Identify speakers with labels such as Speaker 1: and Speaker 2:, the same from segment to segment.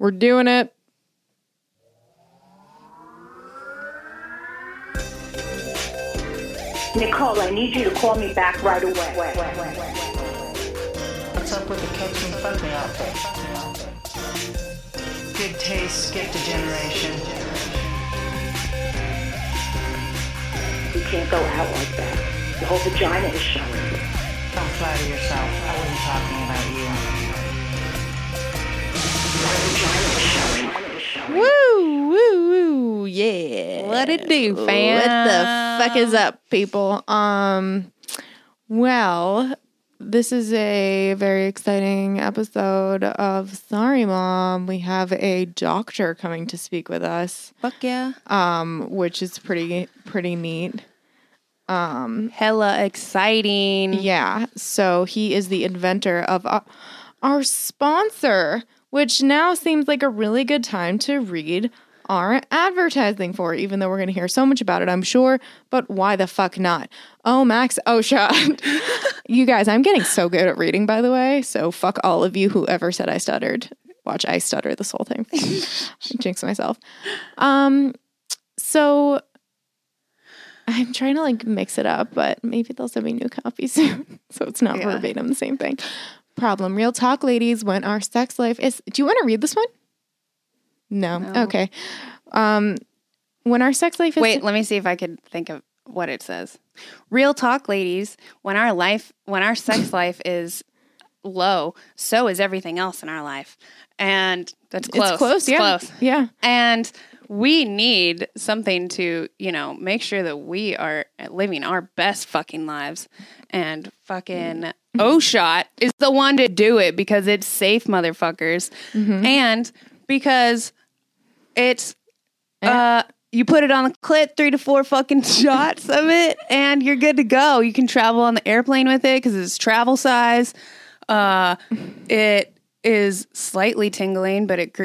Speaker 1: We're doing it.
Speaker 2: Nicole, I need you to call me back right away.
Speaker 3: What's up with the catch me, fuck me outfit? Good taste, skipped a generation.
Speaker 2: You can't go out like that. The whole vagina is showing.
Speaker 3: Don't flatter yourself. I wasn't talking about you.
Speaker 4: Woo, woo, woo, yeah.
Speaker 1: Let it do, fam.
Speaker 4: What the fuck is up?
Speaker 1: up, people? Um, well, this is a very exciting episode of Sorry Mom. We have a doctor coming to speak with us,
Speaker 4: Fuck yeah.
Speaker 1: um, which is pretty pretty neat.
Speaker 4: Hella exciting.
Speaker 1: Yeah. So he is the inventor of our, our sponsor, which now seems like a really good time to read our advertising for, even though we're going to hear so much about it, I'm sure. But why the fuck not? Oh, Max Osha. you guys, I'm getting so good at reading, by the way. So fuck all of you who ever said I stuttered. Watch, I stutter this whole thing. I jinx myself. Um, so I'm trying to like mix it up, but maybe they'll send me new copies soon. So it's not
Speaker 4: Yeah.
Speaker 1: verbatim the same thing. Problem real talk, ladies, when our sex life is. Do you want to read this one? No.
Speaker 4: No.
Speaker 1: Okay. Um, when our sex life is.
Speaker 4: Wait, let me see if I could think of what it says. Real talk, ladies. When our life, when our sex life is low, so is everything else in our life. And that's close.
Speaker 1: It's close. Yeah.
Speaker 4: close.
Speaker 1: Yeah.
Speaker 4: And we need something to, you know, make sure that we are living our best fucking lives. And fucking OSHOT is the one to do it because it's safe, motherfuckers. And because it's,
Speaker 1: Eh?
Speaker 4: uh, you put it on the clit, three to four fucking shots of it, and you're good to go. You can travel on the airplane with it because it's travel size. Uh, it is slightly tingling, but it gr-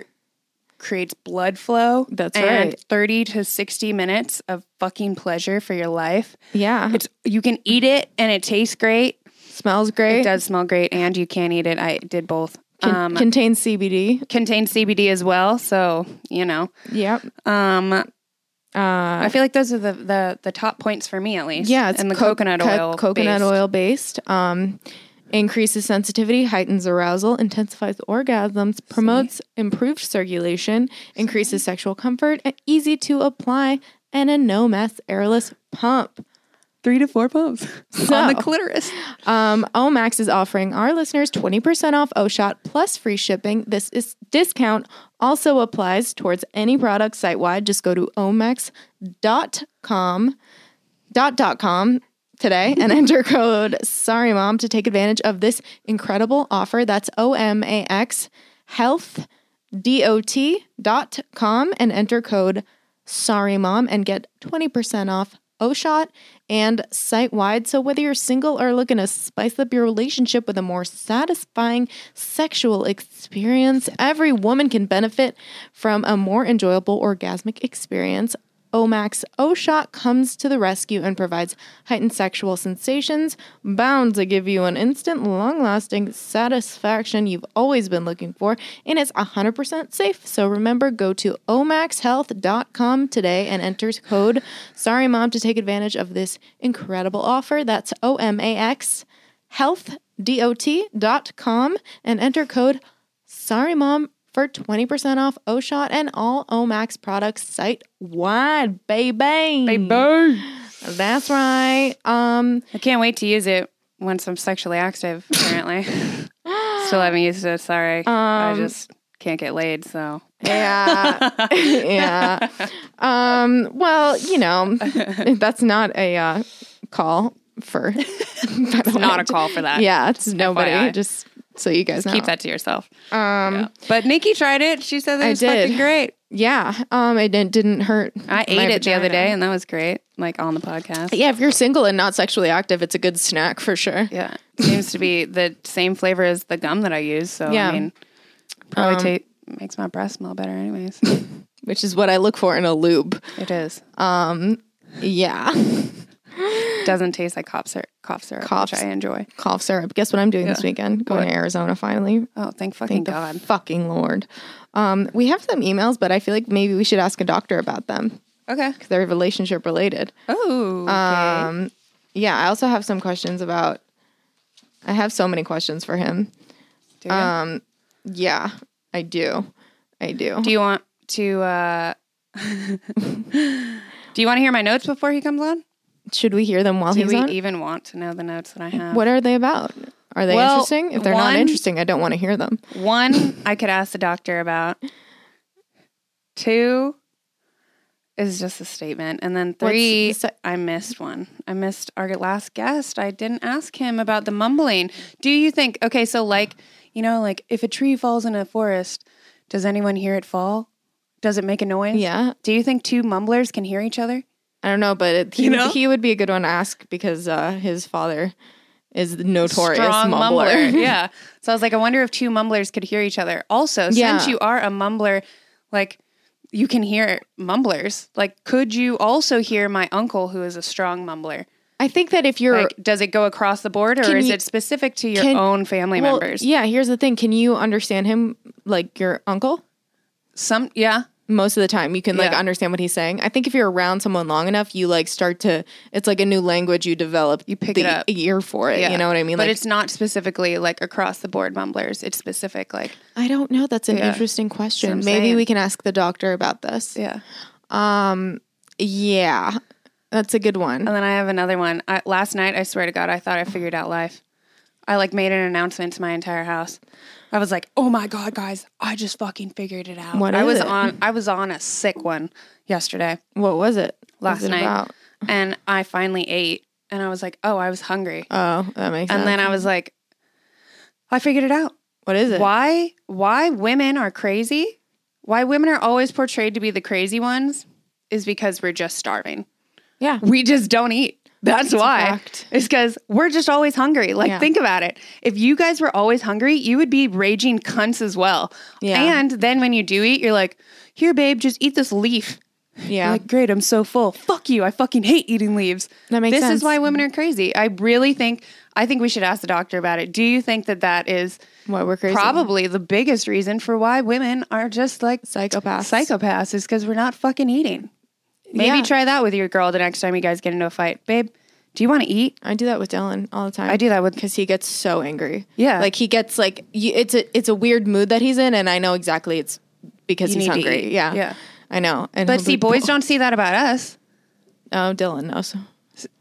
Speaker 4: creates blood flow.
Speaker 1: That's
Speaker 4: and
Speaker 1: right.
Speaker 4: 30 to 60 minutes of fucking pleasure for your life.
Speaker 1: Yeah. It
Speaker 4: It's you can eat it and it tastes great.
Speaker 1: smells great.
Speaker 4: It does smell great and you can eat it. I did both.
Speaker 1: Con-
Speaker 4: um
Speaker 1: contains CBD.
Speaker 4: contains CBD as well, so, you know.
Speaker 1: Yep.
Speaker 4: Um
Speaker 1: Uh,
Speaker 4: I feel like those are the the, the top points for me at least.
Speaker 1: yeah. It's
Speaker 4: and the
Speaker 1: co-
Speaker 4: coconut
Speaker 1: co-
Speaker 4: oil.
Speaker 1: Coconut
Speaker 4: based.
Speaker 1: oil based. Um, increases sensitivity, heightens arousal, intensifies orgasms, promotes improved circulation, increases sexual comfort, and easy to apply, and a no mess airless pump.
Speaker 4: Three to four pumps on the
Speaker 1: So-
Speaker 4: clitoris.
Speaker 1: Um, Omax is offering our listeners 20% off OSHOT plus free shipping. This is discount also applies towards any product site wide. Just go to omax.com dot dot com today and enter code sorry mom to take advantage of this incredible offer. That's O M A X health dot dot com and enter code sorry mom and get 20% off OSHOT and site wide. So whether you're single or looking to spice up your relationship with a more satisfying sexual experience, every woman can benefit from a more enjoyable orgasmic experience. Omax O-Shot comes to the rescue and provides heightened sexual sensations, bound to give you an instant, long-lasting satisfaction you've always been looking for, and it's 100% safe. So remember, go to omaxhealth.com today and enter code Sorry Mom to take advantage of this incredible offer. That's O-M-A-X healthdot.com and enter code Sorry Mom for 20% off OSHOT and all OMAX products site wide, baby. That's right. Um,
Speaker 4: I can't wait to use it once I'm sexually active, apparently. Still haven't used it, sorry.
Speaker 1: Um,
Speaker 4: I just can't get laid, so
Speaker 1: yeah. yeah. Um, well, you know, that's not a uh, call for it's
Speaker 4: not a call for that.
Speaker 1: Yeah, it's nobody.
Speaker 4: FYI.
Speaker 1: Just so you guys know.
Speaker 4: Keep that to yourself.
Speaker 1: Um,
Speaker 4: Yeah. But Nikki tried it. She said that
Speaker 1: I
Speaker 4: it was
Speaker 1: did.
Speaker 4: fucking great.
Speaker 1: yeah. Um, it didn't, didn't hurt.
Speaker 4: I ate
Speaker 1: my
Speaker 4: it the other
Speaker 1: vagina.
Speaker 4: day and that was great. Like on the podcast.
Speaker 1: Yeah, if you're single and not sexually active, it's a good snack for sure.
Speaker 4: Yeah. Seems to be the same flavor as the gum that I use. So
Speaker 1: Yeah. Um,
Speaker 4: I mean probably ta- makes my breath smell better anyways.
Speaker 1: Which is what I look for in a lube.
Speaker 4: it is.
Speaker 1: Yeah.
Speaker 4: doesn't taste like cough syrup, cough syrup
Speaker 1: Coughs.
Speaker 4: which I enjoy.
Speaker 1: Cough syrup. Guess what I'm doing this weekend? Going to Arizona finally.
Speaker 4: Oh, thank
Speaker 1: Thank
Speaker 4: fucking
Speaker 1: the
Speaker 4: God.
Speaker 1: fucking Lord. Um, we have some emails, but I feel like maybe we should ask a doctor about them.
Speaker 4: Okay.
Speaker 1: They're relationship related.
Speaker 4: Oh, okay.
Speaker 1: Um, yeah, I also have some questions about. I have so many questions for him.
Speaker 4: do, you?
Speaker 1: Um, yeah, I do. I do.
Speaker 4: do you want to? Uh, do you want to hear my notes before he comes on?
Speaker 1: Should we hear them while
Speaker 4: Do
Speaker 1: Oh, he's
Speaker 4: we e-
Speaker 1: on?
Speaker 4: even want to know the notes that I have?
Speaker 1: what are they about? Are they
Speaker 4: Well,
Speaker 1: interesting? If they're not
Speaker 4: one-
Speaker 1: interesting, I don't want to hear them.
Speaker 4: One, I could ask the doctor about. Two is just a statement. And then three,
Speaker 1: se-
Speaker 4: I missed one. I missed our last guest. I didn't ask him about the mumbling. Do you think, okay, so like, you know, like if a tree falls in a forest, does anyone hear it fall? Does it make a noise?
Speaker 1: Yeah,
Speaker 4: Do you think two mumblers can hear each other?
Speaker 1: I don't know, but it, he,
Speaker 4: You know?
Speaker 1: he would be a good one to ask because uh, his father is the notorious
Speaker 4: Strong
Speaker 1: mumbler.
Speaker 4: mumbler. yeah. So I was like, I wonder if two mumblers could hear each other. Also,
Speaker 1: Yeah.
Speaker 4: since you are a mumbler, like you can hear mumblers. Like, could you also hear my uncle who is a strong mumbler?
Speaker 1: I think that if you're
Speaker 4: Like, does it go across the board or
Speaker 1: Can
Speaker 4: is
Speaker 1: you-
Speaker 4: it specific to your
Speaker 1: can-
Speaker 4: own family
Speaker 1: well,
Speaker 4: members?
Speaker 1: yeah, here's the thing: can you understand him like your uncle?
Speaker 4: Some, yeah.
Speaker 1: most of the time you can like
Speaker 4: Yeah.
Speaker 1: understand what he's saying. I think if you're around someone long enough, you like start to it's like a new language you develop. You
Speaker 4: pick
Speaker 1: the
Speaker 4: it up.
Speaker 1: ear for it.
Speaker 4: yeah.
Speaker 1: You know what I mean?
Speaker 4: But
Speaker 1: like
Speaker 4: it's not specifically like across the board mumblers. It's specific, like,
Speaker 1: I don't know. That's an
Speaker 4: Yeah.
Speaker 1: interesting question.
Speaker 4: That's what I'm
Speaker 1: Maybe
Speaker 4: saying.
Speaker 1: we can ask the doctor about this.
Speaker 4: yeah.
Speaker 1: Yeah. That's a good one.
Speaker 4: And then I have another one. I, last night, I swear to God, I thought I figured out life. I like made an announcement to my entire house. I was like, "Oh my God, guys, I just fucking figured it out."
Speaker 1: What
Speaker 4: I
Speaker 1: is
Speaker 4: was
Speaker 1: it?
Speaker 4: on I was on a sick one yesterday
Speaker 1: What was it? What
Speaker 4: last
Speaker 1: was it
Speaker 4: night,
Speaker 1: about?
Speaker 4: and I finally ate, and I was like, "Oh, I was hungry,"
Speaker 1: Oh, that makes
Speaker 4: and
Speaker 1: sense.
Speaker 4: then I was like, "I figured it out."
Speaker 1: what is it?
Speaker 4: Why why women are crazy? Why women are always portrayed to be the crazy ones is because we're just starving.
Speaker 1: Yeah.
Speaker 4: We just don't eat. That's
Speaker 1: a
Speaker 4: why.
Speaker 1: fact.
Speaker 4: It's because we're just always hungry. Like,
Speaker 1: Yeah.
Speaker 4: think about it. If you guys were always hungry, you would be raging cunts as well.
Speaker 1: Yeah.
Speaker 4: And then when you do eat, you're like, here, babe, just eat this leaf. You're
Speaker 1: Yeah.
Speaker 4: Like, great, I'm so full. Fuck you. I fucking hate eating leaves.
Speaker 1: That makes
Speaker 4: this
Speaker 1: sense.
Speaker 4: is why women are crazy. I really think, I think we should ask the doctor about it. Do you think that that is
Speaker 1: what we're crazy.
Speaker 4: probably the biggest reason for why women are just like
Speaker 1: psychopaths.
Speaker 4: psychopaths is because we're not fucking eating. Maybe
Speaker 1: Yeah.
Speaker 4: try that with your girl the next time you guys get into a fight. Babe, do you want to eat?
Speaker 1: I do that with Dylan all the time.
Speaker 4: I do that with
Speaker 1: because he gets so angry.
Speaker 4: Yeah.
Speaker 1: like he gets like you, it's a it's a weird mood that he's in, and I know exactly it's because
Speaker 4: You
Speaker 1: he's
Speaker 4: need to
Speaker 1: hungry.
Speaker 4: eat.
Speaker 1: Yeah,
Speaker 4: Yeah.
Speaker 1: I know. And he'll
Speaker 4: But see,
Speaker 1: be-
Speaker 4: boys don't see that about us.
Speaker 1: Oh, Dylan knows.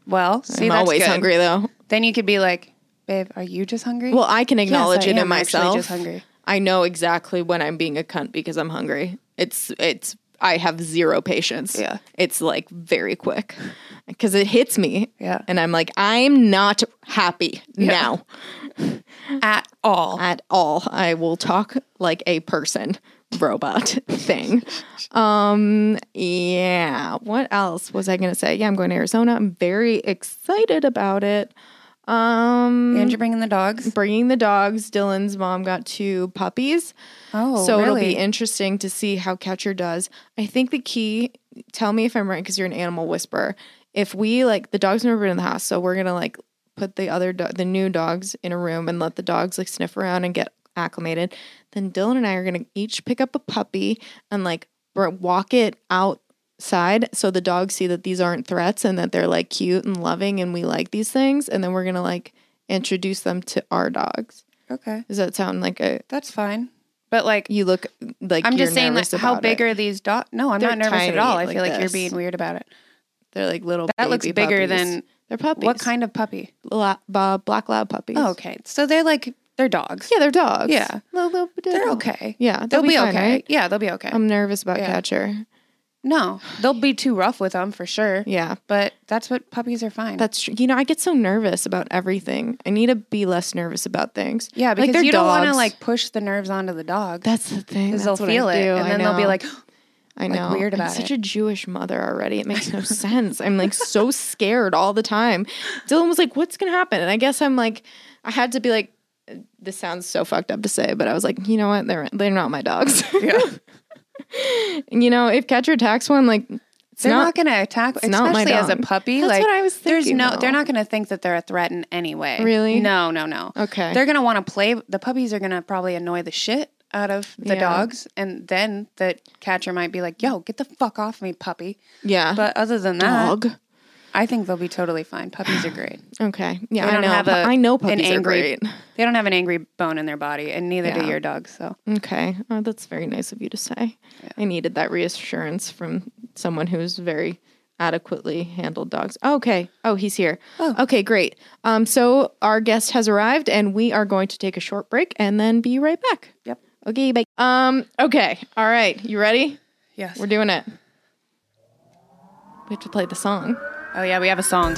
Speaker 4: Well, see,
Speaker 1: I'm
Speaker 4: that's
Speaker 1: always
Speaker 4: good.
Speaker 1: hungry though.
Speaker 4: Then you could be like, babe, are you just hungry?
Speaker 1: Well, I can acknowledge
Speaker 4: I
Speaker 1: it in
Speaker 4: am actually
Speaker 1: myself.
Speaker 4: just hungry.
Speaker 1: I know exactly when I'm being a cunt because I'm hungry. It's it's I have zero patience.
Speaker 4: Yeah.
Speaker 1: it's like very quick because it hits me.
Speaker 4: Yeah.
Speaker 1: and I'm like I'm not happy now.
Speaker 4: at all.
Speaker 1: at all. I will talk like a person robot thing. Um yeah, what else was I going to say? Yeah, I'm going to Arizona. I'm very excited about it. Um
Speaker 4: and you're bringing the dogs.
Speaker 1: bringing the dogs. Dylan's mom got two puppies.
Speaker 4: Oh,
Speaker 1: Mm-hmm. so it'll
Speaker 4: really?
Speaker 1: be interesting to see how Catcher does. I think the key, tell me if I'm right, because you're an animal whisperer. If we like the dog's never been in the house, so we're gonna like put the other do- the new dogs in a room and let the dogs like sniff around and get acclimated. Then Dylan and I are gonna each pick up a puppy and like br- walk it outside so the dogs see that these aren't threats and that they're like cute and loving and we like these things. And then we're gonna like introduce them to our dogs.
Speaker 4: Okay.
Speaker 1: Does that sound like a
Speaker 4: That's fine. But like,
Speaker 1: you look like
Speaker 4: I'm
Speaker 1: you're
Speaker 4: just saying, like,
Speaker 1: nervous
Speaker 4: how
Speaker 1: about
Speaker 4: big
Speaker 1: it.
Speaker 4: are these dogs? No, I'm
Speaker 1: They're
Speaker 4: not nervous
Speaker 1: tiny,
Speaker 4: at all. I
Speaker 1: like
Speaker 4: feel like you're
Speaker 1: this.
Speaker 4: being weird about it.
Speaker 1: They're like little.
Speaker 4: That looks
Speaker 1: baby
Speaker 4: bigger
Speaker 1: puppies.
Speaker 4: than-
Speaker 1: they're puppies.
Speaker 4: What kind of puppy?
Speaker 1: La- ba- black lab puppies?
Speaker 4: Oh, okay. So they're like, they're dogs.
Speaker 1: Yeah, they're dogs.
Speaker 4: Yeah.
Speaker 1: Little- little-
Speaker 4: They're
Speaker 1: little-
Speaker 4: okay.
Speaker 1: Yeah,
Speaker 4: they'll,
Speaker 1: they'll
Speaker 4: be,
Speaker 1: be fine,
Speaker 4: okay.
Speaker 1: right? Um,
Speaker 4: Yeah, they'll be okay.
Speaker 1: I'm nervous about
Speaker 4: Yeah.
Speaker 1: Catcher.
Speaker 4: no, they'll be too rough with them for sure.
Speaker 1: Yeah,
Speaker 4: but that's what puppies are fine.
Speaker 1: that's tr- you know I get so nervous about everything. I need to be less nervous about things.
Speaker 4: yeah,
Speaker 1: Like,
Speaker 4: because
Speaker 1: they're
Speaker 4: you don't want to
Speaker 1: dogs.
Speaker 4: like push the nerves onto the dog
Speaker 1: That's the thing.
Speaker 4: because
Speaker 1: That's
Speaker 4: they'll
Speaker 1: what
Speaker 4: feel
Speaker 1: I
Speaker 4: it,
Speaker 1: do.
Speaker 4: and
Speaker 1: I
Speaker 4: then they'll be
Speaker 1: know.
Speaker 4: like,
Speaker 1: I
Speaker 4: like,
Speaker 1: know.
Speaker 4: weird
Speaker 1: I'm
Speaker 4: about
Speaker 1: such
Speaker 4: it.
Speaker 1: a Jewish mother already. It makes no sense. I'm like so scared all the time. Dylan was like, "What's gonna happen?" And I guess I'm like, I had to be like, this sounds so fucked up to say, but I was like, you know what? They're they're not my dogs.
Speaker 4: yeah,
Speaker 1: And, you know, if Catcher attacks one, like it's It's
Speaker 4: they're
Speaker 1: not,
Speaker 4: not, going to attack,
Speaker 1: not my
Speaker 4: especially as a
Speaker 1: dog.
Speaker 4: puppy.
Speaker 1: That's
Speaker 4: like
Speaker 1: what I was
Speaker 4: there's
Speaker 1: thinking,
Speaker 4: no,
Speaker 1: though.
Speaker 4: they're not going to think that they're a threat in any way.
Speaker 1: Really?
Speaker 4: No, no, no.
Speaker 1: Okay.
Speaker 4: They're going to want to play. The puppies are going to probably annoy the shit out of the
Speaker 1: Yeah.
Speaker 4: dogs, and then the catcher might be like, "Yo, get the fuck off me, puppy."
Speaker 1: yeah.
Speaker 4: But uh, other than that,
Speaker 1: dog.
Speaker 4: I think they'll be totally fine. Puppies are great.
Speaker 1: Okay.
Speaker 4: They
Speaker 1: Yeah,
Speaker 4: don't
Speaker 1: I know.
Speaker 4: have
Speaker 1: but
Speaker 4: a-
Speaker 1: I know
Speaker 4: an
Speaker 1: puppies
Speaker 4: angry-
Speaker 1: are great.
Speaker 4: They don't have an angry bone in their body, and neither do
Speaker 1: Yeah.
Speaker 4: your dogs. So
Speaker 1: Okay. Oh, that's very nice of you to say. I needed that reassurance from someone who's very adequately handled dogs. Okay. Oh, he's here.
Speaker 4: Oh.
Speaker 1: Okay, great. Um, so our guest has arrived and we are going to take a short break and then be right back.
Speaker 4: Yep.
Speaker 1: Okay, bye. Um, okay. All right. You ready?
Speaker 4: yes,
Speaker 1: We're doing it. We have to play the song.
Speaker 4: oh yeah, we have a song.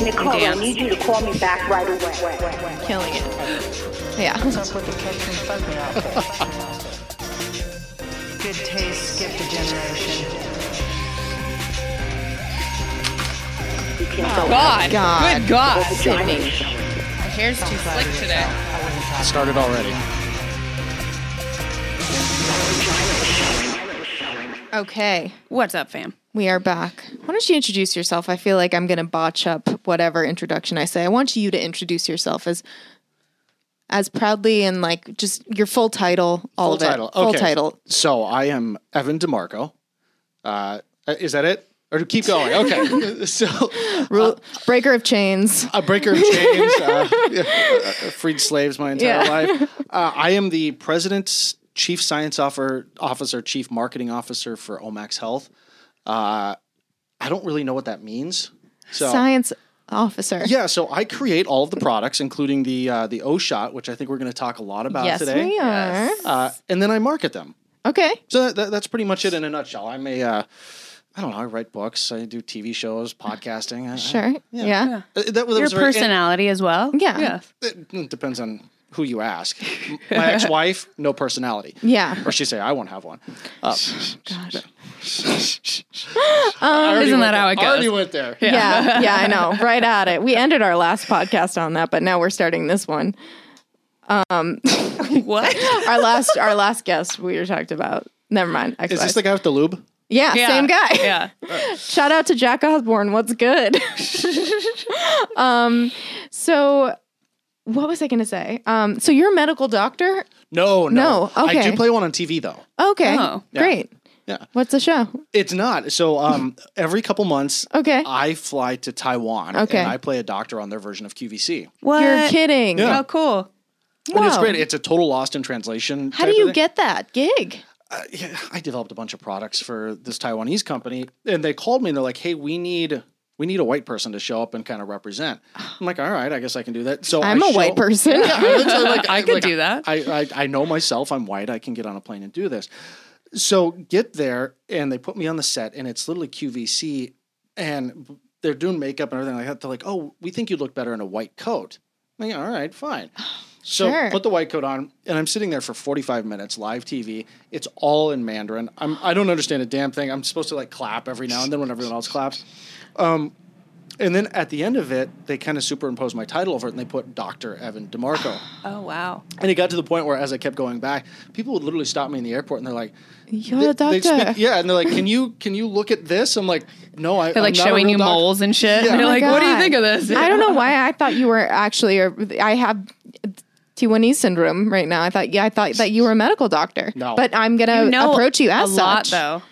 Speaker 2: Nicole, I
Speaker 4: Dance.
Speaker 2: need you to call me back right away.
Speaker 1: Killing it. Yeah.
Speaker 3: What's up with the catch me fuck me outfit? Good taste, skipped a generation.
Speaker 2: You can't go out
Speaker 4: God,
Speaker 1: God.
Speaker 4: good God,
Speaker 2: with a giant.
Speaker 4: my hair's too slick today.
Speaker 5: Started already.
Speaker 1: Okay.
Speaker 4: What's up, fam?
Speaker 1: We are back. Why don't you introduce yourself? I feel like I'm going to botch up whatever introduction I say. I want you to introduce yourself as as proudly and like just your full title, all of
Speaker 5: Full
Speaker 1: it.
Speaker 5: title.
Speaker 1: Full
Speaker 5: Okay.
Speaker 1: title.
Speaker 5: So I am Evan DeMarco. Uh, is that it? Or keep going. Okay. so Uh,
Speaker 1: Rule, breaker of chains.
Speaker 5: a breaker of chains, uh, uh, freed slaves my entire
Speaker 1: Yeah.
Speaker 5: life. Uh, I am the president's chief science officer, officer, chief marketing officer for Omax Health. Uh, I don't really know what that means. So
Speaker 1: Science officer.
Speaker 5: yeah, so I create all of the products, including the uh, the O shot, which I think we're going to talk a lot about
Speaker 1: yes,
Speaker 5: uh, today.
Speaker 1: we are.
Speaker 5: Uh, and then I market them.
Speaker 1: Okay.
Speaker 5: So that, that, that's pretty much it in a nutshell. I'm a, uh, I don't know, I write books, I do TV shows, podcasting. I- I-
Speaker 1: Sure. Yeah. Yeah.
Speaker 5: Uh, that, that
Speaker 4: Your
Speaker 5: was very-
Speaker 4: personality as well.
Speaker 1: Yeah.
Speaker 5: It, it depends on who you ask. M- My ex-wife, no personality. Or she say, I won't have one. Uh, I already
Speaker 4: Isn't
Speaker 5: went
Speaker 4: that how
Speaker 5: there.
Speaker 4: it goes?
Speaker 5: Already went there.
Speaker 1: Yeah. yeah, I know. Right at it. We ended our last podcast on that, but now we're starting this one.
Speaker 4: What?
Speaker 1: Our last our last guest we talked about. Never mind.
Speaker 5: Is this
Speaker 1: Ex-wife.
Speaker 5: the guy with the lube?
Speaker 1: yeah, same guy.
Speaker 4: Yeah.
Speaker 1: Shout out to Jack Osborne. What's good? um, so what was I going to say? Um, so you're a medical doctor?
Speaker 5: No, no.
Speaker 1: No,
Speaker 5: I
Speaker 1: okay.
Speaker 5: do play one on TV though.
Speaker 1: Okay.
Speaker 4: Oh.
Speaker 5: Yeah.
Speaker 1: Great.
Speaker 5: Yeah.
Speaker 1: What's the show?
Speaker 5: It's not. So um, every couple months,
Speaker 1: Okay.
Speaker 5: I fly to Taiwan
Speaker 1: Okay.
Speaker 5: and I play a doctor on their version of QVC.
Speaker 4: What?
Speaker 1: You're kidding.
Speaker 5: Yeah.
Speaker 4: Oh, cool.
Speaker 5: And it's
Speaker 1: Wow.
Speaker 5: great. It's a total lost in translation.
Speaker 1: How
Speaker 5: type
Speaker 1: do
Speaker 5: of
Speaker 1: you
Speaker 5: thing. Uh,
Speaker 1: get that gig?
Speaker 5: yeah, I developed a bunch of products for this Taiwanese company, and they called me and they're like, "Hey, we need we need a white person to show up and kind of represent." I'm like, "All right, I guess I can do that." So
Speaker 1: Ah. I'm
Speaker 5: I
Speaker 1: a white
Speaker 5: Oh, show-
Speaker 1: person.
Speaker 5: Yeah, I literally, like, I
Speaker 4: could
Speaker 5: like,
Speaker 4: do that.
Speaker 5: I, I I know myself. I'm white. I can get on a plane and do this. So get there, and they put me on the set, and it's literally QVC, and they're doing makeup and everything like that. They're like, "Oh, we think you look better in a white coat." I'm like, all right, fine. So
Speaker 1: Sure.
Speaker 5: put the white coat on, and I'm sitting there for 45 minutes, live TV. It's all in Mandarin. I'm I don't understand a damn thing. I'm supposed to like clap every now and then when everyone else claps. Um, and then at the end of it, they kind of superimpose my title over it, and they put Doctor Evan DeMarco.
Speaker 4: Oh, wow.
Speaker 5: And it got to the point where, as I kept going back, people would literally stop me in the airport, and they're like,
Speaker 1: You're a
Speaker 5: they-
Speaker 1: doctor.
Speaker 5: they'd speak- yeah, and they're like, "Can you can you look at this?" I'm like, "No, I."
Speaker 4: They're like
Speaker 5: I'm not a
Speaker 4: showing
Speaker 5: real
Speaker 4: you
Speaker 5: doctor."
Speaker 4: moles and shit.
Speaker 5: Yeah.
Speaker 4: And you're
Speaker 5: Oh
Speaker 1: my
Speaker 4: like, what do you
Speaker 1: God.
Speaker 4: think of this?
Speaker 1: I don't know why I thought you were actually, or I have T1E syndrome right now. I thought, yeah, I thought that you were a medical doctor.
Speaker 5: No.
Speaker 1: But I'm going to
Speaker 4: You know
Speaker 1: approach you as
Speaker 4: a
Speaker 1: such.
Speaker 4: lot, though.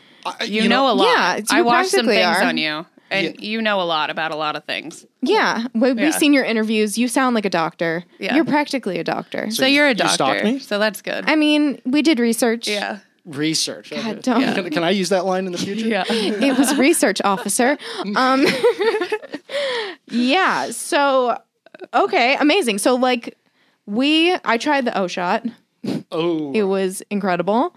Speaker 5: I-
Speaker 4: You, know, a lot.
Speaker 1: Yeah, it's-
Speaker 4: I
Speaker 1: you
Speaker 4: watched some
Speaker 1: practically
Speaker 4: things
Speaker 1: are.
Speaker 4: on you, and you know a lot about a lot of things.
Speaker 1: Yeah. We, We've
Speaker 4: Yeah.
Speaker 1: seen your interviews. You sound like a doctor.
Speaker 4: Yeah.
Speaker 1: You're practically a doctor.
Speaker 4: So, you're a
Speaker 5: you stalked
Speaker 4: doctor.
Speaker 5: me?
Speaker 4: So that's good.
Speaker 1: I mean, we did research.
Speaker 4: yeah.
Speaker 5: research.
Speaker 1: God,
Speaker 5: Okay.
Speaker 1: don't.
Speaker 5: Can, can I use that line in the future?
Speaker 4: Yeah.
Speaker 1: It was research officer. Um, yeah. So, okay. Amazing. So, like, we, I tried the O shot.
Speaker 5: Oh,
Speaker 1: It was incredible.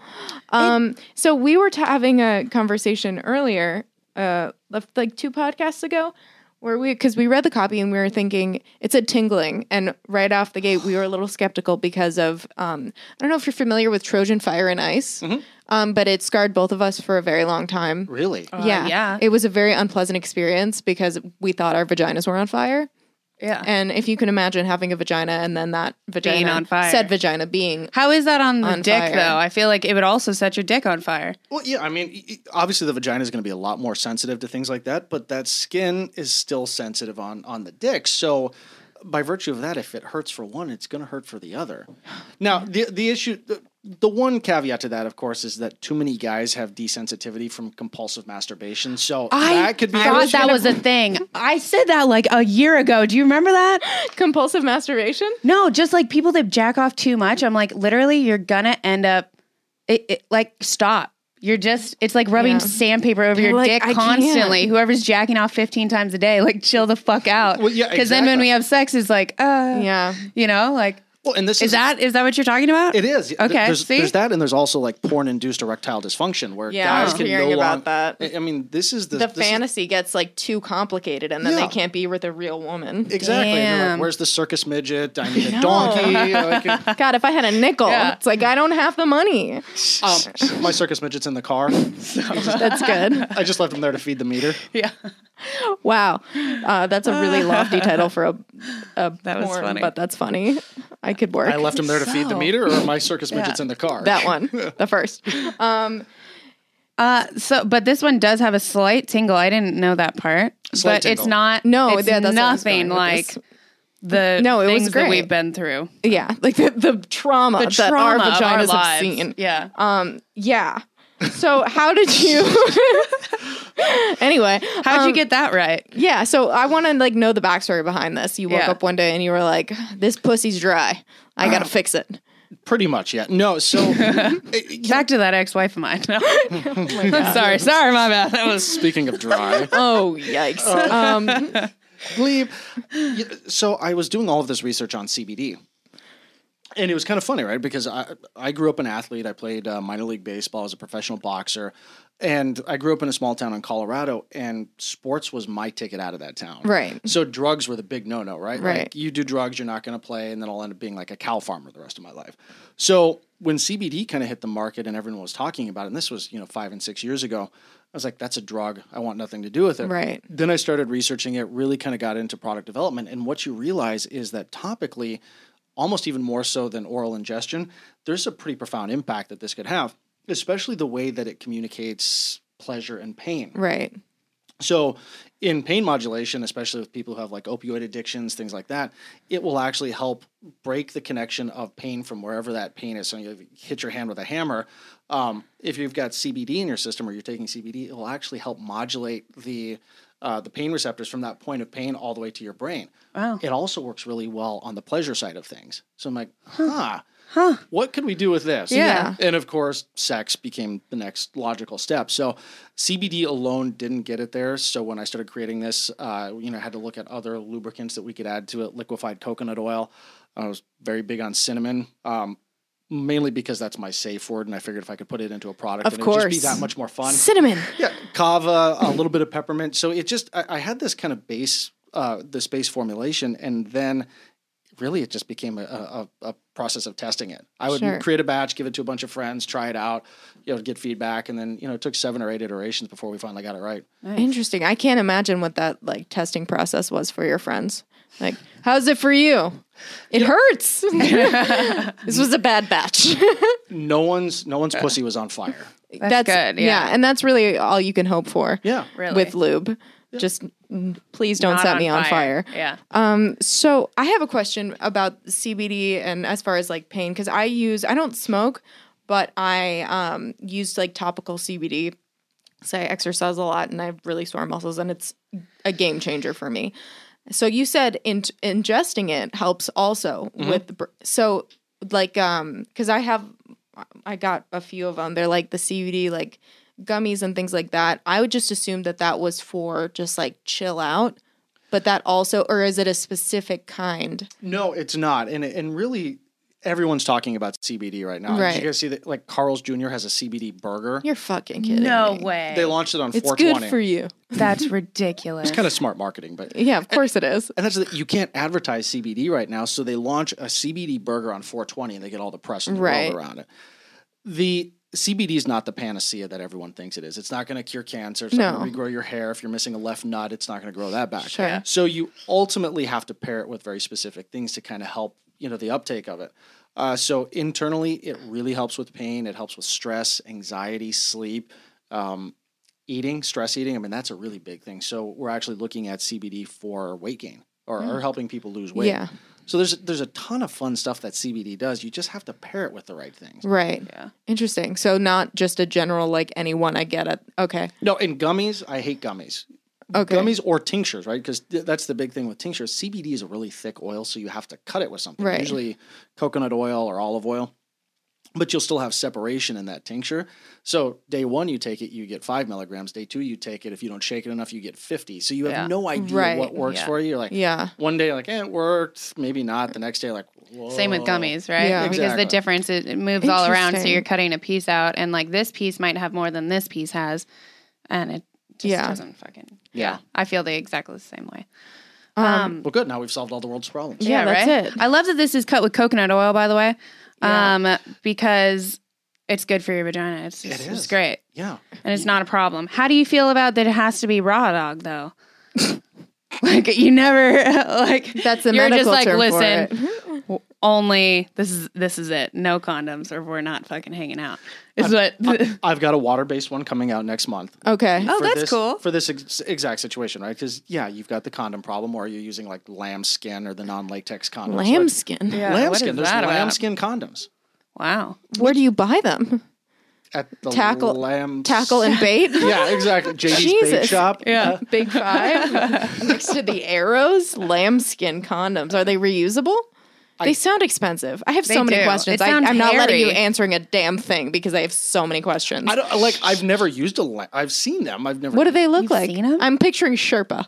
Speaker 1: Um, so we were t- having a conversation earlier, uh, lef- like two podcasts ago, where we because we read the copy and we were thinking it said tingling, and right off the gate we were a little skeptical because of um, I don't know if you're familiar with Trojan Fire and Ice, um, but it scarred both of us for a very long time.
Speaker 5: really?
Speaker 1: yeah,
Speaker 4: Uh, yeah.
Speaker 1: It was a very unpleasant experience because we thought our vaginas were on fire.
Speaker 4: Yeah.
Speaker 1: And if you can imagine having a vagina and then that vagina
Speaker 4: on fire.
Speaker 1: said vagina being
Speaker 4: How is that on the
Speaker 1: On
Speaker 4: dick
Speaker 1: fire.
Speaker 4: though? I feel like it would also set your dick on fire.
Speaker 5: Well, yeah, I mean, y- y- obviously the vagina is going to be a lot more sensitive to things like that, but that skin is still sensitive on on the dick. So, by virtue of that, if it hurts for one, it's going to hurt for the other. Now, the the issue, the, the one caveat to that, of course, is that too many guys have desensitivity from compulsive masturbation. So that could be an
Speaker 4: thought
Speaker 5: issue.
Speaker 4: that was a thing. I said that like a year ago. Do you remember that?
Speaker 1: compulsive masturbation.
Speaker 4: No, just like people that jack off too much. I'm like, literally, you're gonna end up, it, it, like, stop. You're just, it's like rubbing
Speaker 1: Yeah.
Speaker 4: sandpaper over your
Speaker 1: like,
Speaker 4: dick
Speaker 1: "I can't."
Speaker 4: constantly. Whoever's jacking off 15 times a day, like, chill the fuck out.
Speaker 5: Well, yeah,
Speaker 4: then when
Speaker 5: exactly.
Speaker 4: we have sex, it's like, uh,
Speaker 1: Yeah.
Speaker 4: you know, like,
Speaker 5: Well, and this
Speaker 4: is that is that what you're talking about?
Speaker 5: It is. Th-
Speaker 4: Okay,
Speaker 5: There's,
Speaker 4: see?
Speaker 5: there's that, and there's also like porn-induced erectile dysfunction, where
Speaker 1: Yeah,
Speaker 5: guys
Speaker 1: I'm
Speaker 5: can
Speaker 1: hearing
Speaker 5: no
Speaker 1: about
Speaker 5: long-
Speaker 1: that.
Speaker 5: I- I mean, this is the
Speaker 1: The
Speaker 5: this is-
Speaker 1: fantasy gets like too complicated and then
Speaker 5: Yeah.
Speaker 1: they can't be with a real woman.
Speaker 5: exactly. They're like,
Speaker 4: Damn.
Speaker 5: Where's the circus midget? I need a donkey. Like, uh,
Speaker 1: God, if I had a nickel,
Speaker 4: Yeah.
Speaker 1: it's like I don't have the money.
Speaker 5: um, my circus midget's in the car.
Speaker 1: That's good.
Speaker 5: I just left him there to feed the meter.
Speaker 4: yeah.
Speaker 1: Wow, uh, that's a really lofty title for a a
Speaker 4: was
Speaker 1: porn,
Speaker 4: funny.
Speaker 1: but that's funny. I could work.
Speaker 5: I left him there to feed the
Speaker 4: So-
Speaker 5: meter, or my circus midget's in the car.
Speaker 1: that one, the first. Um,
Speaker 4: Uh, so, but this one does have a slight tingle. I didn't know that part,
Speaker 5: Slight
Speaker 4: but
Speaker 5: tingle.
Speaker 4: it's not.
Speaker 1: No,
Speaker 4: it's
Speaker 1: yeah, that's where I was going
Speaker 4: nothing
Speaker 1: with
Speaker 4: like
Speaker 1: this.
Speaker 4: the
Speaker 1: No, it was
Speaker 4: things that
Speaker 1: great.
Speaker 4: we've been through.
Speaker 1: yeah, like the, the trauma
Speaker 4: The
Speaker 1: that our
Speaker 4: trauma of
Speaker 1: vaginas have
Speaker 4: lives.
Speaker 1: seen.
Speaker 4: Yeah.
Speaker 1: Um, yeah. So how did you? anyway,
Speaker 4: How'd you
Speaker 1: um,
Speaker 4: get that right?
Speaker 1: Yeah, so I want to like know the backstory behind this. You woke
Speaker 4: Yeah. Uh-huh.
Speaker 1: up one day and you were like, "This pussy's dry. I gotta fix it."
Speaker 5: Pretty much, yeah. No, so
Speaker 4: Back to that ex-wife of mine. No.
Speaker 1: Oh
Speaker 4: I'm sorry. Sorry, my bad. That was
Speaker 5: speaking of dry,
Speaker 1: Oh yikes!
Speaker 4: uh,
Speaker 1: um,
Speaker 5: bleep. Y- So I was doing all of this research on CBD. And it was kind of funny, right? Because I I grew up an athlete. I played uh, minor league baseball as a professional boxer, and I grew up in a small town in Colorado. And sports was my ticket out of that town.
Speaker 1: Right.
Speaker 5: So drugs were the big no no, right?
Speaker 1: Right.
Speaker 5: Like you do drugs, you're not going to play, and then I'll end up being like a cow farmer the rest of my life. So when CBD kind of hit the market and everyone was talking about it, and this was you know five and six years ago, I was like, that's a drug. I want nothing to do with it.
Speaker 1: Right.
Speaker 5: Then I started researching it, really kind of got into product development. And what you realize is that topically, almost even more so than oral ingestion, there's a pretty profound impact that this could have, especially the way that it communicates pleasure and pain.
Speaker 1: right.
Speaker 5: So, in pain modulation, especially with people who have like opioid addictions, things like that, it will actually help break the connection of pain from wherever that pain is. So, you hit your hand with a hammer. Um, if you've got CBD in your system or you're taking CBD, it will actually help modulate the uh, the pain receptors from that point of pain all the way to your brain.
Speaker 4: Wow.
Speaker 5: It also works really well on the pleasure side of things. So I'm like, huh, huh. what could we do with this?
Speaker 4: Yeah.
Speaker 5: And of course, sex became the next logical step. So CBD alone didn't get it there. So when I started creating this, uh, you know, I had to look at other lubricants that we could add to it, liquefied coconut oil. I was very big on cinnamon. Um, Mainly because that's my safe word, and I figured if I could put it into a product,
Speaker 1: Of
Speaker 5: it would just be
Speaker 1: course.
Speaker 5: that much more fun
Speaker 1: Cinnamon.
Speaker 5: yeah, kava, a little bit of peppermint. So it just, I, I had this kind of base, uh, this base formulation, and then really it just became a, a, a process of testing it. I would
Speaker 1: Sure.
Speaker 5: create a batch, give it to a bunch of friends, try it out, you know, get feedback, and then you know, it took seven or eight iterations before we finally got it right.
Speaker 1: Interesting. I can't imagine what that like testing process was for your friends. Like, how's it for you? It hurts. this was a bad batch.
Speaker 5: No one's, no one's pussy was on fire.
Speaker 4: That's good, yeah.
Speaker 1: and that's really all you can hope for.
Speaker 5: Yeah,
Speaker 4: Really?
Speaker 1: With lube, just mm, please don't
Speaker 4: Not
Speaker 1: set me on fire.
Speaker 4: Yeah.
Speaker 1: Um, so I have a question about CBD and as far as like pain, because I use I don't smoke, but I um use like topical CBD. So I exercise a lot and I have really sore muscles, and it's a game changer for me. So you said in- ingesting it helps also with the br- so like um because I have I got a few of them. They're like the CBD like gummies and things like that. I would just assume that that was for just like chill out, but that also or is it a specific kind?
Speaker 5: No, it's not. And and really everyone's talking about CBD right now. Did
Speaker 1: Right.
Speaker 5: you guys see that like Carl's Jr. has a CBD burger?
Speaker 1: You're fucking kidding.
Speaker 4: No
Speaker 1: me.
Speaker 4: way.
Speaker 5: They launched it on
Speaker 1: It's good
Speaker 5: 420.
Speaker 1: for you.
Speaker 4: That's ridiculous.
Speaker 5: It's kind of smart marketing, but
Speaker 1: Yeah, of course it is.
Speaker 5: And that's the, you can't advertise CBD right now, so they launch a CBD burger on 420 and they get all the press in the
Speaker 1: Right.
Speaker 5: world around it. The CBD is not the panacea that everyone thinks it is. It's not going to cure cancer. It's not going
Speaker 1: No.
Speaker 5: to regrow your hair. If you're missing a left nut, it's not going to grow that back.
Speaker 1: Sure. Yeah.
Speaker 5: So you ultimately have to pair it with very specific things to kind of help, you know, the uptake of it. Uh, so internally, it really helps with pain. It helps with stress, anxiety, sleep, um, eating, stress eating. I mean, that's a really big thing. So we're actually looking at CBD for weight gain or, or helping people lose weight.
Speaker 1: Yeah.
Speaker 5: So there's there's a ton of fun stuff that CBD does. You just have to pair it with the right things.
Speaker 1: Right.
Speaker 4: Yeah.
Speaker 1: Interesting. So not just a general like anyone I get it. Okay.
Speaker 5: No, in gummies, I hate gummies.
Speaker 1: Okay.
Speaker 5: Gummies or tinctures, right? Because th- that's the big thing with tinctures. CBD is a really thick oil, so you have to cut it with something.
Speaker 1: Right.
Speaker 5: Usually coconut oil or olive oil, but you'll still have separation in that tincture. So day one, you take it, you get five milligrams. Day two, you take it. If you don't shake it enough, you get 50. So you have
Speaker 4: Yeah.
Speaker 5: no idea
Speaker 1: Right.
Speaker 5: what works
Speaker 4: Yeah.
Speaker 5: for you. You're like,
Speaker 1: Yeah.
Speaker 5: one day, like, eh, it worked, maybe not. The next day, like, Whoa.
Speaker 4: Same with gummies, right?
Speaker 1: Yeah.
Speaker 4: Because
Speaker 5: Exactly.
Speaker 4: the difference it, it moves all around, so
Speaker 1: Interesting.
Speaker 4: you're cutting a piece out, and like this piece might have more than this piece has, and it just
Speaker 1: Yeah.
Speaker 4: doesn't fucking.
Speaker 5: Yeah.
Speaker 4: I feel the exactly the same way.
Speaker 1: Um,
Speaker 5: Well, good. Now we've solved all the world's problems.
Speaker 1: Yeah, that's it.
Speaker 4: I love that this is cut with coconut oil, by the way,
Speaker 1: Yeah.
Speaker 4: um, because it's good for your vagina. It's just,
Speaker 5: It
Speaker 4: it's
Speaker 5: is.
Speaker 4: great,
Speaker 5: Yeah.
Speaker 4: and it's not a problem. How do you feel about that? It has to be raw dog though. like you never like
Speaker 1: That's the
Speaker 4: you're just
Speaker 1: medical
Speaker 4: like
Speaker 1: term for
Speaker 4: listen
Speaker 1: it.
Speaker 4: only this is this is it. No condoms, or we're not fucking hanging out. Um, Is what.
Speaker 5: I've got a water based one coming out next month.
Speaker 1: Okay.
Speaker 4: Oh,
Speaker 5: for
Speaker 4: that's
Speaker 5: this-
Speaker 4: cool.
Speaker 5: for this ex- exact situation, right? Because yeah, you've got the condom problem, or you're using like lambskin or the non-latex condoms.
Speaker 1: Lambskin.
Speaker 5: like, lambskin. There's
Speaker 4: about?
Speaker 5: lambskin condoms
Speaker 4: Wow.
Speaker 1: Where do you buy them?
Speaker 5: at the
Speaker 1: Tackle-
Speaker 5: lamb
Speaker 1: Tackle and bait.
Speaker 5: yeah, exactly. JD's bait
Speaker 1: Jesus.
Speaker 5: shop.
Speaker 4: Yeah.
Speaker 1: Big five next to the arrows. Lambskin condoms. Are they reusable? They sound expensive. I have so
Speaker 4: They
Speaker 1: many
Speaker 4: do.
Speaker 1: questions.
Speaker 4: They
Speaker 1: I,
Speaker 4: sound
Speaker 1: I'm not letting you
Speaker 4: hairy.
Speaker 1: answering a damn thing because I have so many questions.
Speaker 5: I don't like. I've never used a. La- I've seen them. I've never.
Speaker 1: What do they look like?
Speaker 4: seen 'em?
Speaker 1: I'm picturing Sherpa.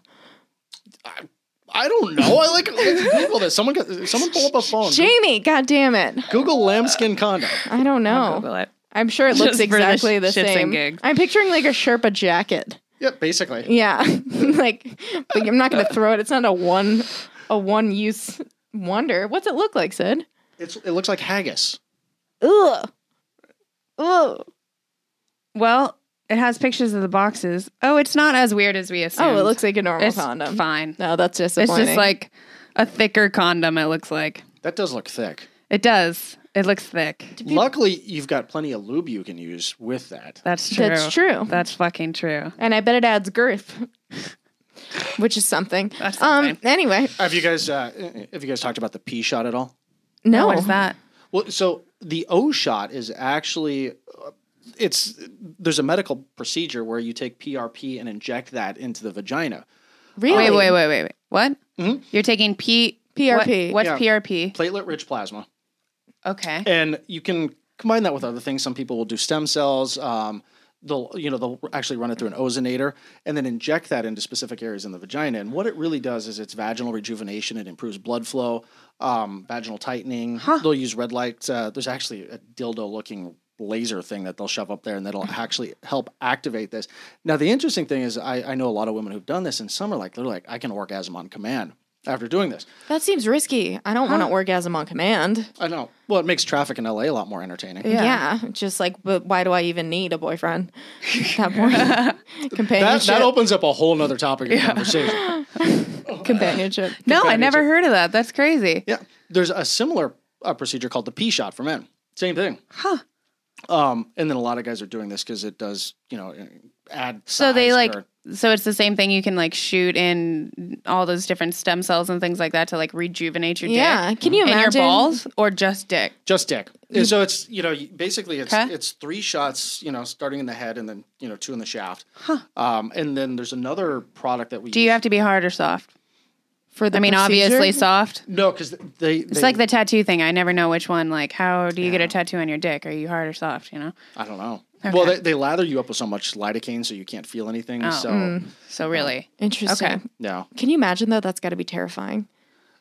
Speaker 5: I don't know. I like Google this. Someone, got, someone pull up a phone.
Speaker 1: Jamie, god damn it.
Speaker 5: Google lambskin condom.
Speaker 1: I don't know.
Speaker 4: Google it.
Speaker 1: I'm sure it looks
Speaker 4: Just for the
Speaker 1: exactly the,
Speaker 4: shits and
Speaker 1: same.
Speaker 4: gigs.
Speaker 1: I'm picturing like a Sherpa jacket.
Speaker 5: Yeah, basically.
Speaker 1: Yeah. like but I'm not gonna throw it. It's not a one a one use wonder. What's it look like, Sid?
Speaker 5: It's it looks like haggis.
Speaker 1: Ugh. Ugh.
Speaker 4: Well, it has pictures of the boxes. Oh, it's not as weird as we assumed.
Speaker 1: Oh, it looks like a normal
Speaker 4: it's
Speaker 1: condom.
Speaker 4: fine.
Speaker 1: No, that's
Speaker 4: It's
Speaker 1: disappointing.
Speaker 4: just like a thicker condom. It looks like
Speaker 5: That does look thick.
Speaker 4: it does. It looks thick.
Speaker 5: Luckily, you've got plenty of lube you can use with that.
Speaker 4: That's true.
Speaker 1: That's true.
Speaker 4: That's fucking true.
Speaker 1: and I bet it adds girth. Which is something.
Speaker 4: That's
Speaker 1: um
Speaker 4: something.
Speaker 1: anyway.
Speaker 5: Have you guys uh, have you guys talked about the pea shot at all?
Speaker 1: No.
Speaker 4: What is that?
Speaker 5: Well, so the O shot is actually uh, it's there's a medical procedure where you take PRP and inject that into the vagina.
Speaker 1: Really?
Speaker 4: Wait, wait, wait, wait, wait. What? You're taking P
Speaker 1: PRP.
Speaker 4: What, what's
Speaker 5: Hmm? Yeah.
Speaker 4: PRP?
Speaker 5: Platelet rich plasma.
Speaker 4: Okay.
Speaker 5: And you can combine that with other things. Some people will do stem cells. Um, they'll you know they'll actually run it through an ozonator and then inject that into specific areas in the vagina. And what it really does is it's vaginal rejuvenation. It improves blood flow, um, vaginal tightening. They'll use red light. Uh, there's actually a dildo looking laser thing that they'll shove up there and that'll actually help activate this. Now the interesting thing is I, I know a lot of women who've done this and some are like they're like I can orgasm on command after doing this.
Speaker 1: That seems risky. I don't want to orgasm on command.
Speaker 5: I know. Well it makes traffic in LA a lot more entertaining.
Speaker 1: Yeah. Just like, but why do I even need a boyfriend at that point?
Speaker 5: that,
Speaker 1: companionship.
Speaker 5: that opens up a whole nother topic of conversation.
Speaker 1: companionship.
Speaker 4: No, I never heard of that. That's crazy.
Speaker 5: Yeah, there's a similar uh, procedure called the P shot for men. Same thing. Huh. Um, and then a lot of guys are doing this because it does, you know, add.
Speaker 4: So they
Speaker 5: size
Speaker 4: like
Speaker 5: or-
Speaker 4: so it's the same thing you can like shoot in all those different stem cells and things like that to like rejuvenate your
Speaker 1: Yeah.
Speaker 4: dick.
Speaker 1: Can you
Speaker 4: and
Speaker 1: imagine?
Speaker 4: your balls or just dick?
Speaker 5: just dick. And so it's you know you- basically it's
Speaker 4: Okay.
Speaker 5: it's three shots, you know, starting in the head and then you know two in the shaft. Huh. Um, and then there's another product that we
Speaker 4: Do you have to be hard or soft?
Speaker 1: For the
Speaker 4: I mean, obviously soft.
Speaker 5: No, because they,
Speaker 4: It's like the tattoo thing. I never know which one. Like, how do you get a tattoo on your dick? Are you hard or soft? You know,
Speaker 5: I don't know. Well, they, they lather you up with so much lidocaine, so you can't feel anything.
Speaker 4: Oh,
Speaker 5: So
Speaker 4: so really,
Speaker 1: Interesting.
Speaker 4: Okay.
Speaker 5: no,
Speaker 1: Can you imagine though? That's got to be terrifying.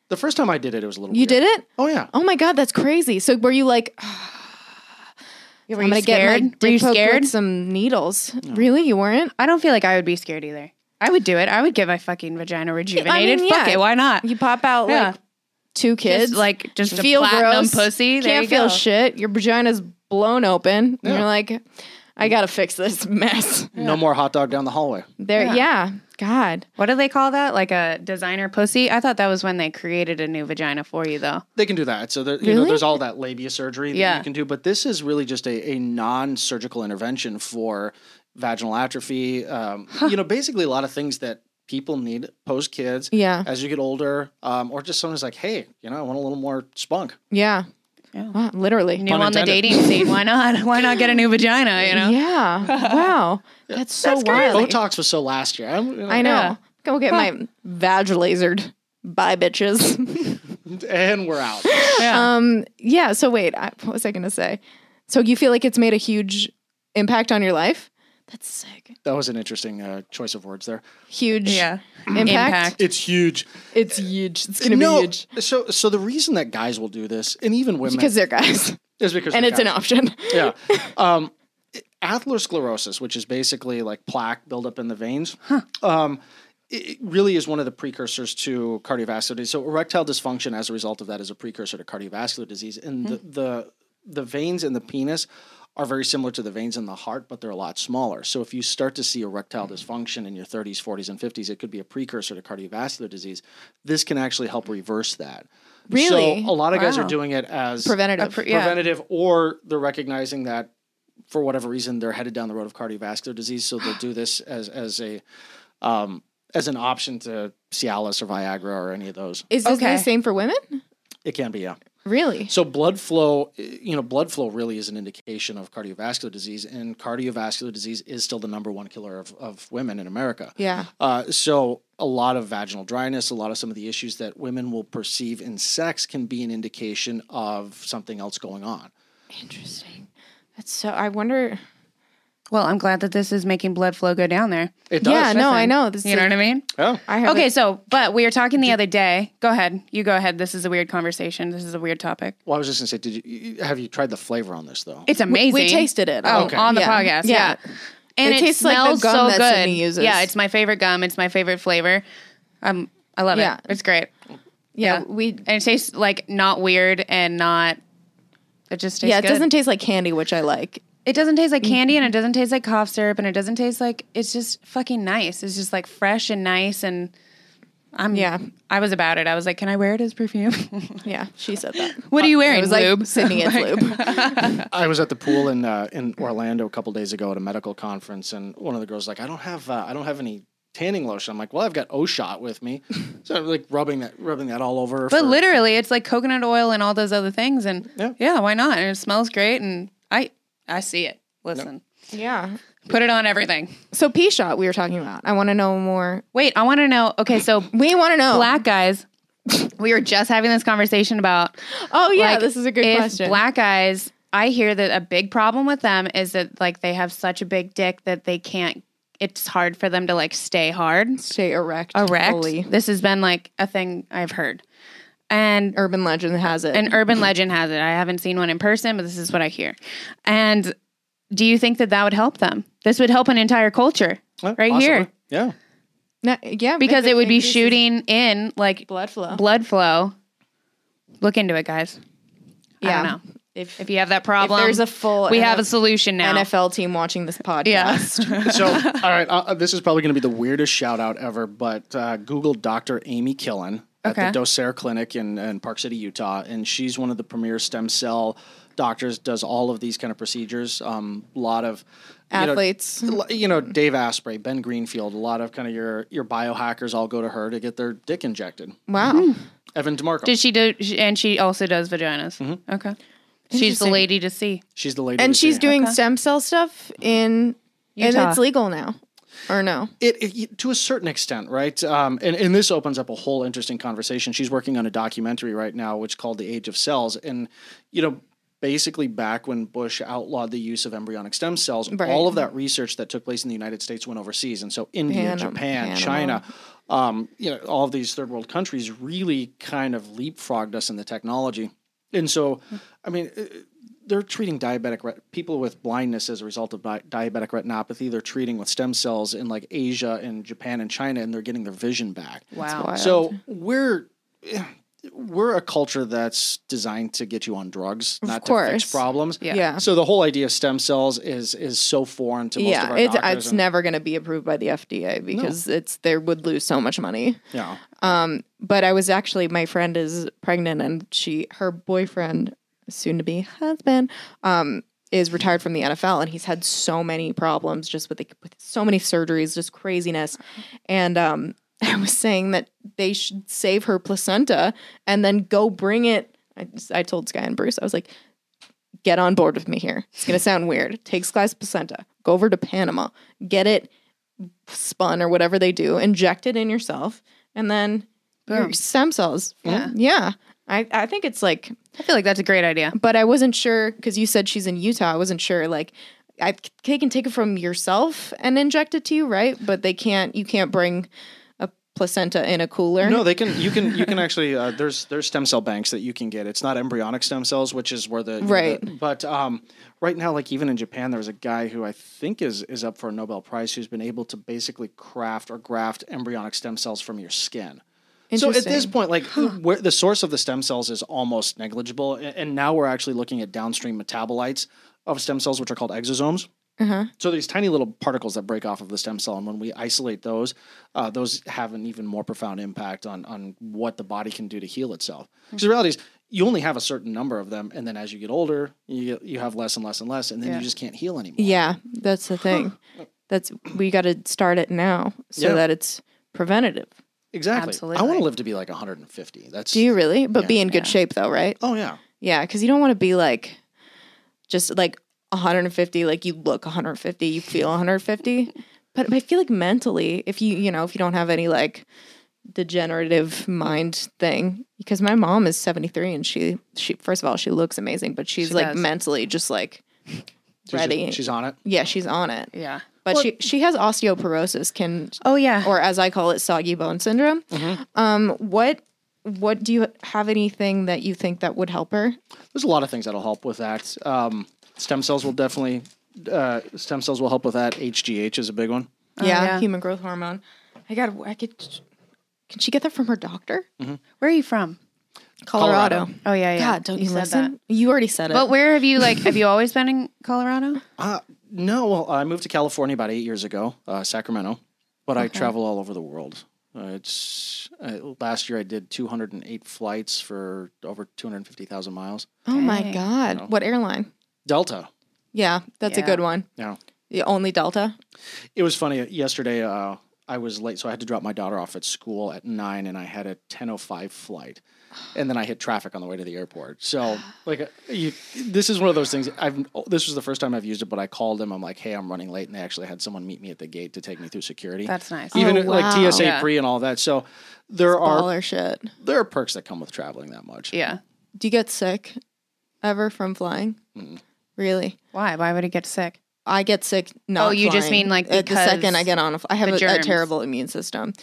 Speaker 5: the first time I did it, it was a little.
Speaker 1: You
Speaker 5: weird.
Speaker 1: did it?
Speaker 5: Oh yeah.
Speaker 1: Oh my god, that's crazy. So were you like?
Speaker 4: were
Speaker 1: I'm
Speaker 4: you
Speaker 1: gonna
Speaker 4: scared?
Speaker 1: get my
Speaker 4: were you
Speaker 1: dick poked
Speaker 4: scared?
Speaker 1: with some needles. Really, you weren't?
Speaker 4: I don't feel like I would be scared either. I would do it. I would get my fucking vagina rejuvenated. Fuck
Speaker 1: yeah.
Speaker 4: it. Why not?
Speaker 1: You pop out
Speaker 4: Uh, Yeah.
Speaker 1: like two kids,
Speaker 4: Just, like just a
Speaker 1: feel
Speaker 4: platinum
Speaker 1: gross,
Speaker 4: pussy. There
Speaker 1: Can't
Speaker 4: you
Speaker 1: feel
Speaker 4: go.
Speaker 1: shit. Your vagina's blown open. And
Speaker 5: Yeah.
Speaker 1: you're like, I gotta fix this mess.
Speaker 5: No more hot dog down the hallway.
Speaker 1: There, yeah. God,
Speaker 4: What do they call that? Like a designer pussy? I thought that was when they created a new vagina for you, though.
Speaker 5: They can do that. So there, you know,
Speaker 1: Really?
Speaker 5: there's all that labia surgery that
Speaker 4: Yeah.
Speaker 5: you can do, but this is really just a, a non-surgical intervention for vaginal atrophy. Um, You know, basically a lot of things that people need post kids.
Speaker 1: Yeah.
Speaker 5: As you get older, um, or just someone's like, hey, you know, I want a little more spunk.
Speaker 1: yeah,
Speaker 4: Yeah.
Speaker 1: Wow, literally.
Speaker 4: New
Speaker 5: Pun
Speaker 4: on the
Speaker 5: intended.
Speaker 4: dating scene. Why not? Why not get a new vagina? You know.
Speaker 1: Yeah, wow, that's so wild.
Speaker 5: Botox was so last year. I'm, you
Speaker 1: I know.
Speaker 4: Yeah.
Speaker 1: Go get my vag lasered. Bye, bitches.
Speaker 5: And we're out.
Speaker 4: Yeah.
Speaker 1: um, yeah. So wait, I, what was I gonna say? So you feel like it's made a huge impact on your life? That's sick.
Speaker 5: that was an interesting uh, choice of words there.
Speaker 1: Huge.
Speaker 4: yeah.
Speaker 1: Impact.
Speaker 4: Impact.
Speaker 5: It's huge.
Speaker 1: It's huge. It's gonna be huge
Speaker 5: So, so the reason that guys will do this, and even women,
Speaker 1: because they're guys,
Speaker 5: is because
Speaker 1: and
Speaker 5: they're
Speaker 1: it's an
Speaker 5: guys.
Speaker 1: option.
Speaker 5: yeah. Um, atherosclerosis, which is basically like plaque buildup in the veins, um, it it really is one of the precursors to cardiovascular disease. So erectile dysfunction, as a result of that, is a precursor to cardiovascular disease. And the, the the veins in the penis are very similar to the veins in the heart, but they're a lot smaller. So if you start to see erectile dysfunction in your 30s, 40s, and 50s, it could be a precursor to cardiovascular disease. This can actually help reverse that.
Speaker 1: Really?
Speaker 5: So a lot of guys
Speaker 4: Wow.
Speaker 5: are doing it as
Speaker 1: Preventative.
Speaker 4: pre- yeah.
Speaker 5: preventative or they're recognizing that for whatever reason they're headed down the road of cardiovascular disease so they'll do this as as a um, as an option to Cialis or Viagra or any of those.
Speaker 1: Is this
Speaker 4: Okay.
Speaker 1: the same for women?
Speaker 5: It can be yeah.
Speaker 1: Really?
Speaker 5: So blood flow, eh, you know, blood flow really is an indication of cardiovascular disease and cardiovascular disease is still the number one killer of, of women in America.
Speaker 1: Yeah.
Speaker 5: Uh, so a lot of vaginal dryness, a lot of some of the issues that women will perceive in sex can be an indication of something else going on.
Speaker 1: Interesting. That's so. I wonder.
Speaker 4: Well, I'm glad that this is making blood flow go down there.
Speaker 5: It does.
Speaker 1: Yeah. No, I know. This
Speaker 4: You
Speaker 1: is-
Speaker 4: know what I mean?
Speaker 5: Yeah.
Speaker 1: I have
Speaker 4: Okay, so but we were talking the other day. Go ahead. You go ahead. This is a weird conversation. This is a weird topic.
Speaker 5: Well, I was just gonna say, did you you- have you tried the flavor on this though?
Speaker 4: It's amazing.
Speaker 1: we tasted it.
Speaker 4: Oh,
Speaker 5: Okay.
Speaker 4: on the
Speaker 1: Yeah.
Speaker 4: podcast. Yeah. And
Speaker 1: It
Speaker 4: it,
Speaker 1: tastes like the
Speaker 4: smells
Speaker 1: gum
Speaker 4: so
Speaker 1: that
Speaker 4: good.
Speaker 1: Sydney uses.
Speaker 4: Yeah, it's my favorite gum. It's my favorite flavor. Um, I love
Speaker 1: Yeah.
Speaker 4: it. It's great.
Speaker 1: yeah.
Speaker 4: Yeah.
Speaker 1: We.
Speaker 4: And it tastes like not weird and not. It just tastes
Speaker 1: Yeah. It
Speaker 4: good. Mm-hmm.
Speaker 1: doesn't taste like candy, which I like.
Speaker 4: It doesn't taste like candy, and it doesn't taste like cough syrup, and it doesn't taste like. It's just fucking nice. It's just like fresh and nice, and I'm.
Speaker 1: Yeah.
Speaker 4: I was about it. I was like, can I wear it as perfume?
Speaker 1: Yeah. She said that.
Speaker 4: what are you wearing?
Speaker 1: It was
Speaker 4: lube.
Speaker 1: like Sydney. It's lube.
Speaker 5: I was at the pool in uh, in Orlando a couple days ago at a medical conference, and one of the girls was like, "I don't have uh, I don't have any tanning lotion." I'm like, "Well, I've got O shot with me," so I'm like rubbing that rubbing that all over.
Speaker 4: But
Speaker 5: for-
Speaker 4: literally, it's like coconut oil and all those other things, and
Speaker 5: Yeah.
Speaker 4: yeah, why not? And it smells great, and I I see it. Listen,
Speaker 1: Yeah.
Speaker 4: put it on everything.
Speaker 1: So pea shot we were talking about. I want to know more.
Speaker 4: Wait, I want to know. Okay, so
Speaker 1: We want to know.
Speaker 4: black guys, we were just having this conversation about.
Speaker 1: Oh yeah,
Speaker 4: like,
Speaker 1: this is a good
Speaker 4: if
Speaker 1: question.
Speaker 4: Black guys, I hear that a big problem with them is that like they have such a big dick that they can't. It's hard for them to like stay hard.
Speaker 1: Stay erect.
Speaker 4: Erect.
Speaker 1: fully.
Speaker 4: This has been like a thing I've heard, and
Speaker 1: Urban legend has it.
Speaker 4: an urban legend has it. I haven't seen one in person, but this is what I hear. And do you think that that would help them? This would help an entire culture
Speaker 5: Yeah,
Speaker 4: right
Speaker 5: possibly.
Speaker 4: here
Speaker 5: Yeah.
Speaker 1: No, yeah,
Speaker 4: because
Speaker 1: if
Speaker 4: it would be
Speaker 1: increases
Speaker 4: shooting in like
Speaker 1: blood flow.
Speaker 4: blood flow. Look into it, guys.
Speaker 1: yeah.
Speaker 4: I don't know.
Speaker 1: If,
Speaker 4: If you have that problem,
Speaker 1: there's a full
Speaker 4: we have
Speaker 1: NF
Speaker 4: a solution now.
Speaker 1: NFL team watching this podcast.
Speaker 4: Yeah.
Speaker 5: So, all right, uh, this is probably going to be the weirdest shout out ever, but uh, Google Dr. Amy Killen at
Speaker 4: Okay.
Speaker 5: the Docere Clinic in, in Park City, Utah, and she's one of the premier stem cell doctors. Does all of these kind of procedures. Um, a lot of you know,
Speaker 1: Athletes.
Speaker 5: l- you know, Dave Asprey, Ben Greenfield, a lot of kind of your your biohackers all go to her to get their dick injected.
Speaker 1: Wow.
Speaker 5: Evan DeMarco,
Speaker 4: Did she do? And she also does vaginas. Okay, she's the
Speaker 1: Interesting.
Speaker 4: lady to see.
Speaker 5: she's the lady,
Speaker 1: And
Speaker 5: to
Speaker 1: she's
Speaker 5: see.
Speaker 1: doing stem cell stuff in and
Speaker 4: Utah.
Speaker 1: it's legal now. Or no.
Speaker 5: it, it to a certain extent, right? Um, and, and this opens up a whole interesting conversation. She's working on a documentary right now, which called "The Age of Cells," and you know, basically back when Bush outlawed the use of embryonic stem cells,
Speaker 1: Right.
Speaker 5: all of that research that took place in the United States went overseas, and so India,
Speaker 1: Panam-
Speaker 5: Japan,
Speaker 1: Panama.
Speaker 5: China. Um, you know, all of these third world countries really kind of leapfrogged us in the technology. And so, I mean, they're treating diabetic ret- people with blindness as a result of di- diabetic retinopathy. They're treating with stem cells in like Asia and Japan and China, and they're getting their vision back.
Speaker 4: Wow.
Speaker 1: wild.
Speaker 5: So we're eh, we're a culture that's designed to get you on drugs, not to
Speaker 1: course.
Speaker 5: fix problems.
Speaker 4: Yeah.
Speaker 1: Yeah.
Speaker 5: So the whole idea of stem cells is is so foreign to most of
Speaker 1: yeah,
Speaker 5: our
Speaker 1: it's
Speaker 5: doctors.
Speaker 1: it's
Speaker 5: and-
Speaker 1: never going to be approved by the FDA because it's they would lose so much money.
Speaker 5: yeah.
Speaker 1: But I was actually my friend is pregnant and she her boyfriend, soon to be husband, um, is retired from the NFL and he's had so many problems just with, the, with so many surgeries, just craziness. And um, I was saying that they should save her placenta and then go bring it. I, I told Sky and Bruce I was like, get on board with me here. It's gonna sound weird. Take Sky's placenta, go over to Panama, get it spun or whatever they do, inject it in yourself, and then your stem cells.
Speaker 4: Yeah.
Speaker 1: yeah. I, I think it's like,
Speaker 4: I feel like that's a great idea.
Speaker 1: but I wasn't sure because you said she's in Utah. I wasn't sure like. I they can take it from yourself and inject it to you, right? But they can't. You can't bring a placenta in a cooler.
Speaker 5: No, they can. You can. You can actually. Uh, there's there's stem cell banks that you can get. It's not embryonic stem cells, which is where the you know,
Speaker 1: Right.
Speaker 5: the- but um, right now, like even in Japan, there was a guy who I think is is up for a Nobel Prize who's been able to basically craft or graft embryonic stem cells from your skin. So at this
Speaker 1: Interesting.
Speaker 5: point, like where the source of the stem cells is almost negligible, and, and now we're actually looking at downstream metabolites of stem cells, which are called exosomes. So these tiny little particles that break off of the stem cell, and when we isolate those, uh, those have an even more profound impact on on what the body can do to heal itself. Because the reality is, you only have a certain number of them, and then as you get older, you you have less and less and less, and then
Speaker 4: Yeah.
Speaker 5: you just can't heal anymore.
Speaker 1: Yeah, that's the thing. That's we got to start it now so
Speaker 5: Yeah.
Speaker 1: that it's preventative.
Speaker 5: Exactly. I want
Speaker 4: Absolutely.
Speaker 5: to live to be like 150. That's
Speaker 1: Do you really? But be in good
Speaker 4: Yeah.
Speaker 1: shape though, right?
Speaker 5: oh yeah.
Speaker 1: Yeah, because you don't want to be like just like 150, like you look 150, you feel 150. But I feel like mentally, if you, you know, if you don't have any like degenerative mind thing, because my mom is 73 and she, she, first of all, she looks amazing, but she's
Speaker 4: She
Speaker 1: like
Speaker 4: does.
Speaker 1: mentally just like
Speaker 5: She's-
Speaker 1: ready.
Speaker 5: She's on it.
Speaker 1: yeah, she's on it.
Speaker 4: Yeah.
Speaker 1: But she, she has osteoporosis. Can
Speaker 4: Oh yeah.
Speaker 1: or as I call it, soggy bone syndrome.
Speaker 4: Mm-hmm.
Speaker 1: Um, what what do you have anything that you think that would help her?
Speaker 5: there's a lot of things that'll help with that. Um, stem cells will definitely. Uh, stem cells will help with that. HGH is a big one.
Speaker 1: yeah,
Speaker 4: yeah.
Speaker 1: human growth hormone. I got. I could. Can she get that from her doctor?
Speaker 4: where are you from?
Speaker 1: Colorado.
Speaker 5: Colorado.
Speaker 4: Oh yeah, yeah.
Speaker 1: God, don't you,
Speaker 4: said
Speaker 1: listen?
Speaker 4: that.
Speaker 1: You already said it.
Speaker 4: But where have you like? Have you always been in Colorado?
Speaker 5: Uh, no, well, I moved to California about eight years ago, uh, Sacramento, but I travel all over the world. Uh, it's uh, last year I did 208 flights for over 250,000 miles.
Speaker 1: oh my God, what airline?
Speaker 5: Delta.
Speaker 1: Yeah, that's a
Speaker 4: Yeah.
Speaker 1: good one.
Speaker 5: Now,
Speaker 1: The only Delta.
Speaker 5: it was funny yesterday. Uh, I was late, so I had to drop my daughter off at school at nine, and I had a 10:05 flight, and then I hit traffic on the way to the airport. So, like, uh, you, this is one of those things. I've oh, this was the first time I've used it, but I called them. I'm like, "Hey, I'm running late," and they actually had someone meet me at the gate to take me through security.
Speaker 4: That's nice.
Speaker 5: Even
Speaker 1: Oh, wow.
Speaker 5: like TSA
Speaker 4: Yeah.
Speaker 5: pre and all that. So, there are
Speaker 1: Baller shit.
Speaker 5: there are perks that come with traveling that much.
Speaker 4: Yeah.
Speaker 1: Do you get sick ever from flying? Really?
Speaker 4: Why? Why would it get sick?
Speaker 1: I get sick. Not
Speaker 4: Oh, you just
Speaker 1: flying.
Speaker 4: mean, like,
Speaker 1: At the second
Speaker 4: because
Speaker 1: I get on, a fl- I have
Speaker 4: the
Speaker 1: a, a
Speaker 4: germs.
Speaker 1: terrible immune system,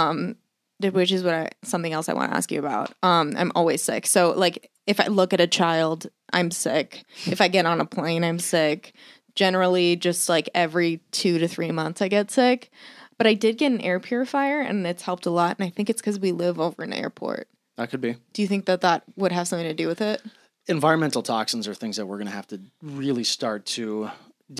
Speaker 1: um, which is what I something else I want to ask you about. Um, I'm always sick. So like, if I look at a child, I'm sick. If I get on a plane, I'm sick. Generally, just like every two to three months, I get sick. But I did get an air purifier, and it's helped a lot. And I think it's because we live over an airport.
Speaker 5: That could be.
Speaker 1: Do you think that that would have something to do with it?
Speaker 5: environmental toxins are things that we're going to have to really start to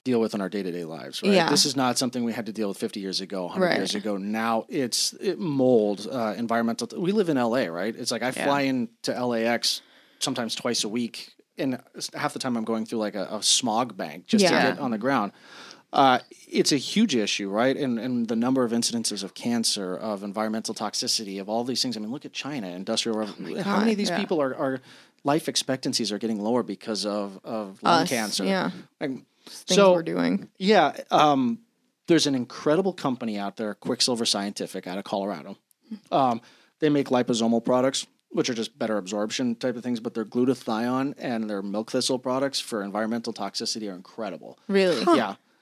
Speaker 5: deal with in our day-to-day lives right
Speaker 1: Yeah.
Speaker 5: this is not something we had to deal with 50 years ago 100
Speaker 1: Right.
Speaker 5: years ago now it's it mold uh, environmental we live in la right it's like i fly into lax sometimes twice a week and half the time i'm going through like a, a smog bank just
Speaker 1: Yeah.
Speaker 5: to get on the ground uh, it's a huge issue, right? And and the number of incidences of cancer, of environmental toxicity, of all these things. I mean, look at China, industrial
Speaker 1: Oh
Speaker 5: revolution. How many of these people are, are life expectancies are getting lower because of of lung
Speaker 1: Us,
Speaker 5: cancer?
Speaker 1: yeah.
Speaker 5: Like,
Speaker 1: Things
Speaker 5: so
Speaker 1: we're doing.
Speaker 5: yeah, um, there's an incredible company out there, Quicksilver Scientific, out of Colorado. Um, they make liposomal products, which are just better absorption type of things, but their glutathione and their milk thistle products for environmental toxicity are incredible.
Speaker 1: Really?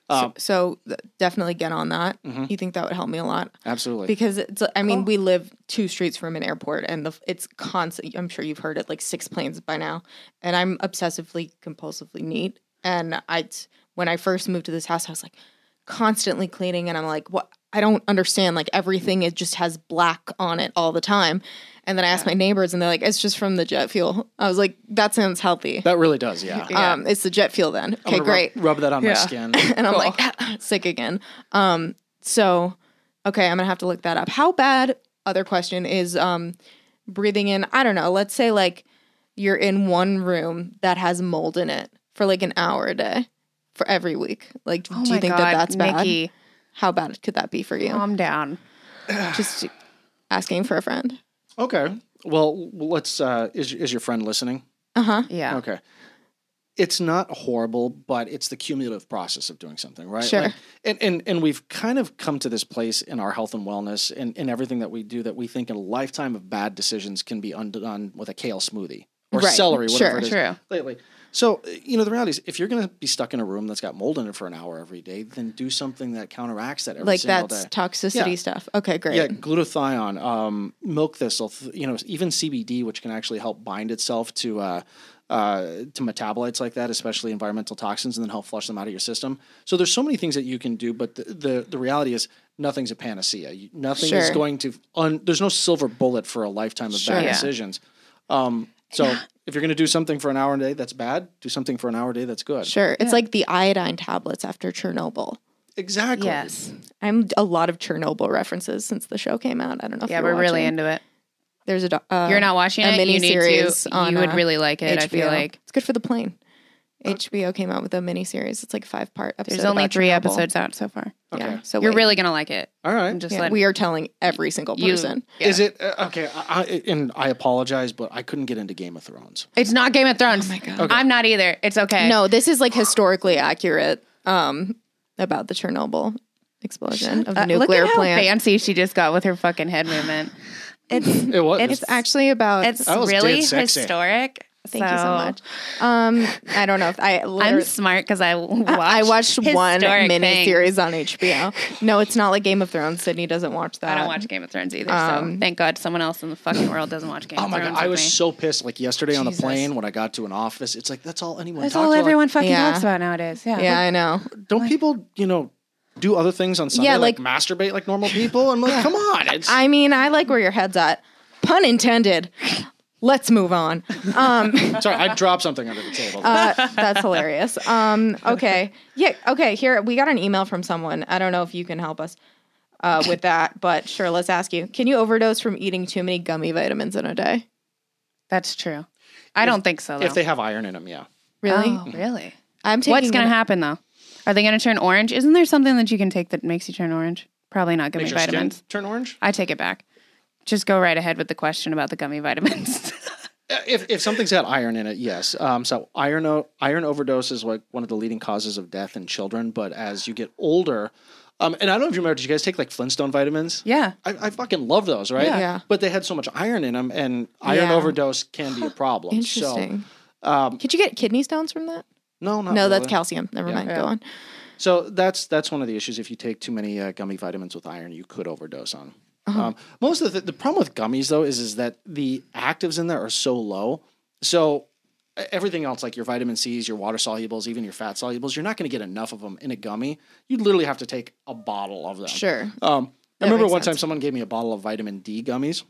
Speaker 5: Yeah,
Speaker 1: So th- definitely get on that. You think that would help me a lot
Speaker 5: Mm-hmm. absolutely.
Speaker 1: because it's. I mean, we live two streets from an airport, and the it's constant. I'm sure you've heard it like six planes by now. And I'm obsessively compulsively neat. And I when I first moved to this house, I was like constantly cleaning, and I'm like, what? I don't understand. Like everything it just has black on it all the time. And then I asked my neighbors, and they're like, "It's just from the jet fuel." I was like, "That sounds healthy."
Speaker 5: That really does, yeah. I'm
Speaker 1: Um, it's the jet fuel then. Okay,
Speaker 5: gonna rub-
Speaker 1: great.
Speaker 5: Rub, that on my skin.
Speaker 1: and I'm like sick again. Um, so okay, I'm gonna have to look that up. How bad? Other question is um, breathing in. I don't know. Let's say like you're in one room that has mold in it for like an hour a day for every week. Like,
Speaker 5: Oh
Speaker 1: do you think that that's bad?
Speaker 4: Nikki,
Speaker 1: How bad could that be for you?
Speaker 5: Um,
Speaker 4: calm down.
Speaker 1: Just asking for a friend.
Speaker 5: Okay. Well, let's. Uh, is is your friend listening?
Speaker 1: Oh.
Speaker 4: Yeah.
Speaker 5: Okay. It's not horrible, but it's the cumulative process of doing something, right?
Speaker 1: Sure.
Speaker 5: and, and and we've kind of come to this place in our health and wellness and in everything that we do that we think a lifetime of bad decisions can be undone with a kale smoothie or
Speaker 1: Right.
Speaker 5: celery, whatever
Speaker 1: Sure,
Speaker 5: it is.
Speaker 4: true.
Speaker 5: Lately. So, you know, the reality is if you're going to be stuck in a room that's got mold in it for an hour every day, then do something that counteracts that every
Speaker 1: Like
Speaker 5: single
Speaker 1: that's
Speaker 5: day.
Speaker 1: toxicity
Speaker 5: Yeah.
Speaker 1: stuff. Okay, great.
Speaker 5: Yeah, glutathione, um, milk thistle, th- you know, even CBD, which can actually help bind itself to uh, uh, to metabolites like that, especially environmental toxins, and then help flush them out of your system. So there's so many things that you can do, but the the, the reality is nothing's a panacea. You- Nothing is
Speaker 1: Sure.
Speaker 5: going to. Un- there's no silver bullet for a lifetime of
Speaker 1: Sure.
Speaker 5: bad
Speaker 1: Yeah.
Speaker 5: decisions. Um, so if you're going to do something for an hour a day that's bad, do something for an hour a day that's good.
Speaker 1: Sure. It's like the iodine tablets after Chernobyl.
Speaker 5: Exactly.
Speaker 4: Yes.
Speaker 1: I'm a lot of Chernobyl references since the show came out. I don't know. if
Speaker 4: Yeah,
Speaker 1: you're
Speaker 4: we're really
Speaker 1: watching.
Speaker 4: into it.
Speaker 1: There's a. do- Uh,
Speaker 4: You're not watching
Speaker 1: a
Speaker 4: it. You need
Speaker 1: miniseries
Speaker 4: to.
Speaker 1: on,
Speaker 4: you would
Speaker 1: uh,
Speaker 4: really like it. I feel
Speaker 1: HBO.
Speaker 4: like Oh.
Speaker 1: it's good for the plane. HBO came out with a miniseries. It's like a five part episode.
Speaker 4: there's only
Speaker 1: about
Speaker 4: three
Speaker 1: Chernobyl.
Speaker 4: episodes out so far.
Speaker 1: Yeah.
Speaker 5: Okay.
Speaker 1: So
Speaker 4: You're
Speaker 1: wait.
Speaker 4: really gonna like it.
Speaker 5: All right.
Speaker 4: I'm just
Speaker 1: Yeah,
Speaker 4: letting.
Speaker 1: we are telling every single
Speaker 4: you-
Speaker 1: person.
Speaker 4: Yeah.
Speaker 5: Is it uh, okay? I, I, and I apologize, but I couldn't get into Game of Thrones.
Speaker 4: It's not Game of Thrones. Oh my god. I'm not either. It's okay.
Speaker 1: No, this is like historically accurate um, about the Chernobyl explosion of the
Speaker 4: Uh,
Speaker 1: nuclear
Speaker 4: look at how
Speaker 1: plant.
Speaker 4: fancy she just got with her fucking head movement.
Speaker 5: It was.
Speaker 1: it's actually about.
Speaker 4: It's
Speaker 5: That was
Speaker 4: really
Speaker 5: dead sexy.
Speaker 4: historic.
Speaker 1: thank you so much. Um, I don't know if I.
Speaker 4: I'm
Speaker 1: literally-
Speaker 4: smart because I watched
Speaker 1: I watched one
Speaker 4: historic
Speaker 1: mini
Speaker 4: things.
Speaker 1: series on HBO. No, it's not like Game of Thrones. Sydney doesn't watch that.
Speaker 4: I don't watch Game of Thrones either. so
Speaker 1: Um,
Speaker 4: thank God someone else in the fucking world doesn't watch Game
Speaker 5: Oh
Speaker 4: of
Speaker 5: my
Speaker 4: Thrones.
Speaker 5: god! I
Speaker 4: with
Speaker 5: was
Speaker 4: me.
Speaker 5: so pissed. Like yesterday on the
Speaker 4: Jesus.
Speaker 5: plane when I got to an office, it's like that's all anyone.
Speaker 4: That's
Speaker 5: talks
Speaker 4: all
Speaker 5: about. Like,
Speaker 4: everyone fucking
Speaker 1: Yeah.
Speaker 4: talks about nowadays. Yeah.
Speaker 1: Yeah, I know.
Speaker 5: don't people, you know, do other things on Sunday?
Speaker 1: Yeah,
Speaker 5: like,
Speaker 1: like-
Speaker 5: masturbate like normal people. I'm like, come on! It's,
Speaker 1: I mean, I like where your head's at. Pun intended. Let's move on. Um,
Speaker 5: sorry, I dropped something under the table.
Speaker 1: uh, that's hilarious. Um, okay. Yeah. Okay. Here, we got an email from someone. I don't know if you can help us uh, with that, but sure, let's ask you. Can you overdose from eating too many gummy vitamins in a day?
Speaker 4: That's true. I don't think so. Though.
Speaker 5: if they have iron in them, yeah.
Speaker 1: Really?
Speaker 4: Oh, really?
Speaker 1: I'm taking
Speaker 4: What's going
Speaker 1: an-
Speaker 4: to happen though? Are they going to turn orange? Isn't there something that you can take that makes you turn orange? Probably not gummy
Speaker 5: Makes your skin
Speaker 4: vitamins.
Speaker 5: turn orange.
Speaker 4: I take it back. Just go right ahead with the question about the gummy vitamins.
Speaker 5: Uh, If if something's got iron in it, yes. Um, so iron o- iron overdose is like one of the leading causes of death in children. But as you get older, um, and I don't know if you remember, did you guys take like Flintstone vitamins?
Speaker 4: yeah.
Speaker 5: I, I fucking love those, right?
Speaker 1: Yeah. Yeah.
Speaker 5: But they had so much iron in them, and iron
Speaker 1: Yeah.
Speaker 5: overdose can be a problem. So,
Speaker 1: Interesting. Could you get kidney stones from that?
Speaker 5: no, not
Speaker 1: No, that's
Speaker 5: really.
Speaker 1: calcium. Never mind. Go on.
Speaker 5: So that's that's one of the issues. If you take too many uh, gummy vitamins with iron, you could overdose on. 'em. Um, most of the the problem with gummies though is is that the actives in there are so low. So e- everything else like your vitamin C's, your water solubles, even your fat solubles, you're not going to get enough of them in a gummy. You'd literally have to take a bottle of them.
Speaker 1: Sure.
Speaker 5: Um, I remember
Speaker 1: makes
Speaker 5: one
Speaker 1: sense.
Speaker 5: time someone gave me a bottle of vitamin D gummies,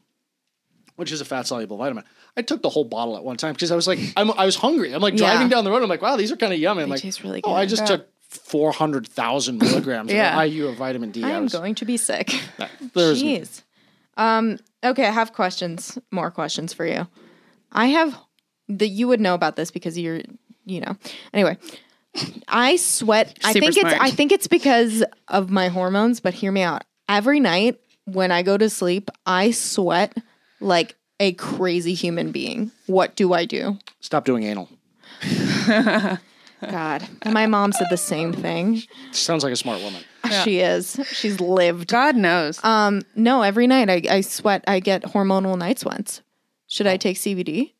Speaker 5: which is a fat soluble vitamin. I took the whole bottle at one time because I was like, I'm, I was hungry. I'm like
Speaker 1: Yeah.
Speaker 5: driving down the road. I'm like, wow, these are kind of yummy. I'm like,
Speaker 1: taste really
Speaker 5: oh, I
Speaker 1: good.
Speaker 5: just took 400,000 milligrams
Speaker 4: Yeah.
Speaker 5: of IU of vitamin D.
Speaker 1: I
Speaker 5: I
Speaker 1: am
Speaker 5: was-
Speaker 1: going to be sick.
Speaker 5: there's-
Speaker 1: Jeez. Um, okay, I have questions, more questions for you. I have that you would know about this because you're, you know. Anyway, I sweat. I
Speaker 4: Super
Speaker 1: think it's
Speaker 4: smart.
Speaker 1: I think it's because of my hormones, but hear me out. Every night when I go to sleep, I sweat like a crazy human being. What do I do?
Speaker 5: Stop doing anal.
Speaker 1: God. My mom said the same thing.
Speaker 5: Sounds like a smart woman.
Speaker 1: She is. She's lived.
Speaker 4: God knows.
Speaker 1: Um, no, every night I, I sweat. I get hormonal night sweats. Should I take CBD?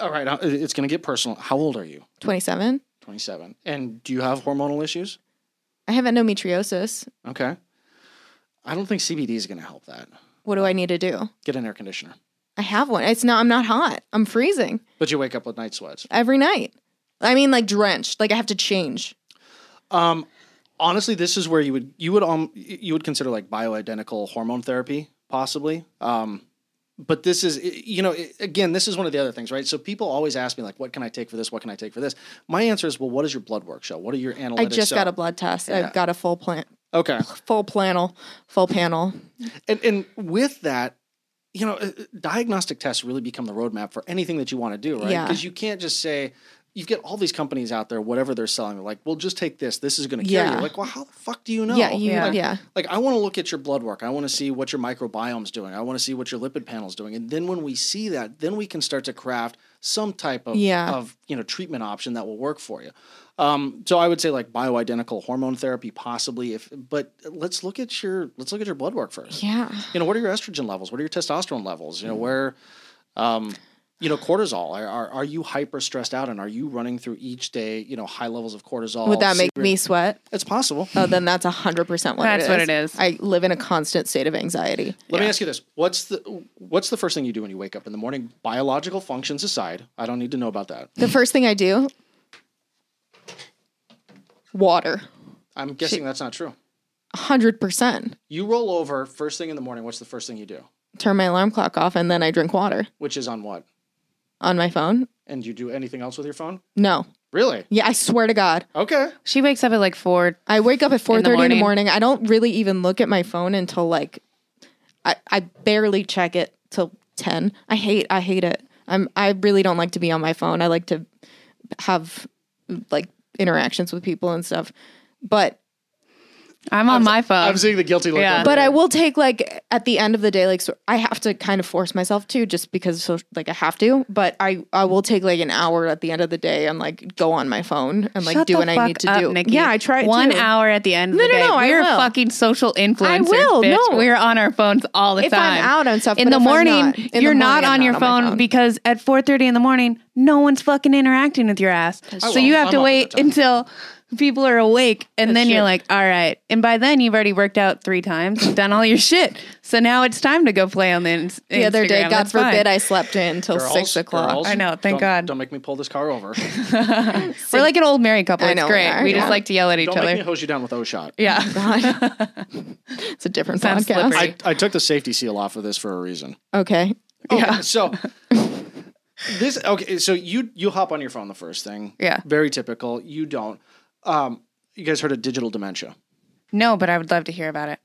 Speaker 5: All right. uh, It's going to get personal. How old are you?
Speaker 1: 27.
Speaker 5: 27. And do you have hormonal issues?
Speaker 1: I have endometriosis.
Speaker 5: Okay. I don't think CBD is going to help that.
Speaker 1: What do I need to do?
Speaker 5: Get an air conditioner.
Speaker 1: I have one. It's not, I'm not hot. I'm freezing
Speaker 5: But you wake up with night sweats.
Speaker 1: every night. I mean, like drenched. Like I have to change.
Speaker 5: honestly this is where you would you would um you would consider like bioidentical hormone therapy possibly um but this is you know it- again this is one of the other things right so people always ask me like what can i take for this what can i take for this my answer is well what does your blood work show what are your analytics
Speaker 1: I just
Speaker 5: show?
Speaker 1: got a blood test.
Speaker 5: Yeah.
Speaker 1: I've got a full plan,
Speaker 5: okay
Speaker 1: full panel, full panel.
Speaker 5: and and with that you know uh, diagnostic tests really become the roadmap for anything that you want to do right
Speaker 1: Yeah.
Speaker 5: because you can't just say you've got all these companies out there whatever they're selling they're like well just take this this is going to cure
Speaker 1: Yeah.
Speaker 5: you like well how the fuck do you know
Speaker 1: yeah, you, yeah,
Speaker 4: Yeah.
Speaker 5: like I want to look at your blood work. I want to see what your microbiome's doing. I want to see what your lipid panel's doing. And then when we see that, then we can start to craft some type of
Speaker 1: Yeah.
Speaker 5: of you know treatment option that will work for you. Um, so I would say like bioidentical hormone therapy possibly if but let's look at your let's look at your blood work first.
Speaker 1: yeah. Mm.
Speaker 5: You know, what are your estrogen levels? What are your testosterone levels? You know, where um you know, cortisol. Are, are are you hyper stressed out, and are you running through each day? You know, high levels of cortisol.
Speaker 1: Would that make
Speaker 5: secret-
Speaker 1: me sweat?
Speaker 5: It's possible.
Speaker 1: Oh, then that's hundred percent what it
Speaker 4: That's
Speaker 1: is.
Speaker 4: what it is.
Speaker 1: I live in a constant state of anxiety.
Speaker 5: Let me ask you this: What's the what's the first thing you do when you wake up in the morning? Biological functions aside, I don't need to know about that.
Speaker 1: The first thing I do, water,
Speaker 5: I'm guessing that's not true.
Speaker 1: hundred percent.
Speaker 5: You roll over first thing in the morning. What's the first thing you do?
Speaker 1: Turn my alarm clock off, and then I drink water
Speaker 5: Which is on what?
Speaker 1: on my phone.
Speaker 5: And you do anything else with your phone?
Speaker 1: No,
Speaker 5: Really?
Speaker 1: yeah, I swear to God,
Speaker 5: Okay.
Speaker 4: She wakes up at like four.
Speaker 1: I wake up at four thirty in the
Speaker 4: morning.
Speaker 1: morning. I don't really even look at my phone until like, I, I barely check it till ten. I hate, I hate it. I'm, I really don't like to be on my phone. I like to have like interactions with people and stuff, but
Speaker 4: I'm on my phone.
Speaker 5: I'm seeing the guilty look.
Speaker 4: Yeah.
Speaker 5: over
Speaker 1: but
Speaker 5: there.
Speaker 1: I will take like at the end of the day, like so I have to kind of force myself to just because so like I have to. But I I will take like an hour at the end of the day and like go on my phone and like
Speaker 4: Shut
Speaker 1: do
Speaker 4: the
Speaker 1: what I
Speaker 4: fuck
Speaker 1: need to
Speaker 4: up,
Speaker 1: do.
Speaker 4: Nikki.
Speaker 1: Yeah, I try it
Speaker 4: one
Speaker 1: too.
Speaker 4: hour at the end. Of
Speaker 1: No,
Speaker 4: the
Speaker 1: no,
Speaker 4: day.
Speaker 1: no, I
Speaker 4: We're
Speaker 1: will.
Speaker 4: fucking social influencers.
Speaker 1: will,
Speaker 4: bitch.
Speaker 1: no.
Speaker 4: We're on our phones all the
Speaker 1: If I'm
Speaker 4: time.
Speaker 1: out and stuff,
Speaker 4: in
Speaker 1: but if
Speaker 4: the
Speaker 1: I'm
Speaker 4: morning,
Speaker 1: not, in the
Speaker 4: you're
Speaker 1: morning,
Speaker 4: not
Speaker 1: I'm
Speaker 4: on
Speaker 1: not
Speaker 4: your
Speaker 1: on my
Speaker 4: phone,
Speaker 1: phone.
Speaker 4: because at 4:30 in the morning, no one's fucking interacting with your ass. So
Speaker 5: will.
Speaker 4: you have
Speaker 5: I'm up
Speaker 4: to
Speaker 5: at
Speaker 4: wait
Speaker 5: the time.
Speaker 4: until people are awake, and then
Speaker 1: shit.
Speaker 4: you're like, all right. And by then, you've already worked out three times, done all your shit. So now it's time to go play on the. Ins-
Speaker 1: the other day,
Speaker 4: Instagram.
Speaker 1: God
Speaker 4: That's fine.
Speaker 1: forbid, I slept in until
Speaker 5: Girls,
Speaker 1: six o'clock.
Speaker 5: girls,
Speaker 4: I know, thank
Speaker 5: don't-
Speaker 4: God.
Speaker 5: Don't make me pull this car over.
Speaker 4: We're like an old married couple.
Speaker 1: I
Speaker 4: It's
Speaker 1: know we
Speaker 4: great.
Speaker 1: are,
Speaker 4: We
Speaker 1: yeah.
Speaker 4: just like to yell at each
Speaker 5: don't
Speaker 4: other.
Speaker 5: make me hose you down with O shot.
Speaker 4: yeah.
Speaker 1: God. it's a different
Speaker 4: Sounds
Speaker 1: podcast.
Speaker 4: slippery.
Speaker 5: I, I took the safety seal off of this for a reason.
Speaker 1: okay.
Speaker 5: Yeah. Oh, So this okay. So you you hop on your phone the first thing.
Speaker 4: Yeah.
Speaker 5: Very typical. You don't. Um, you guys heard of digital dementia?
Speaker 4: No, but I would love to hear about it.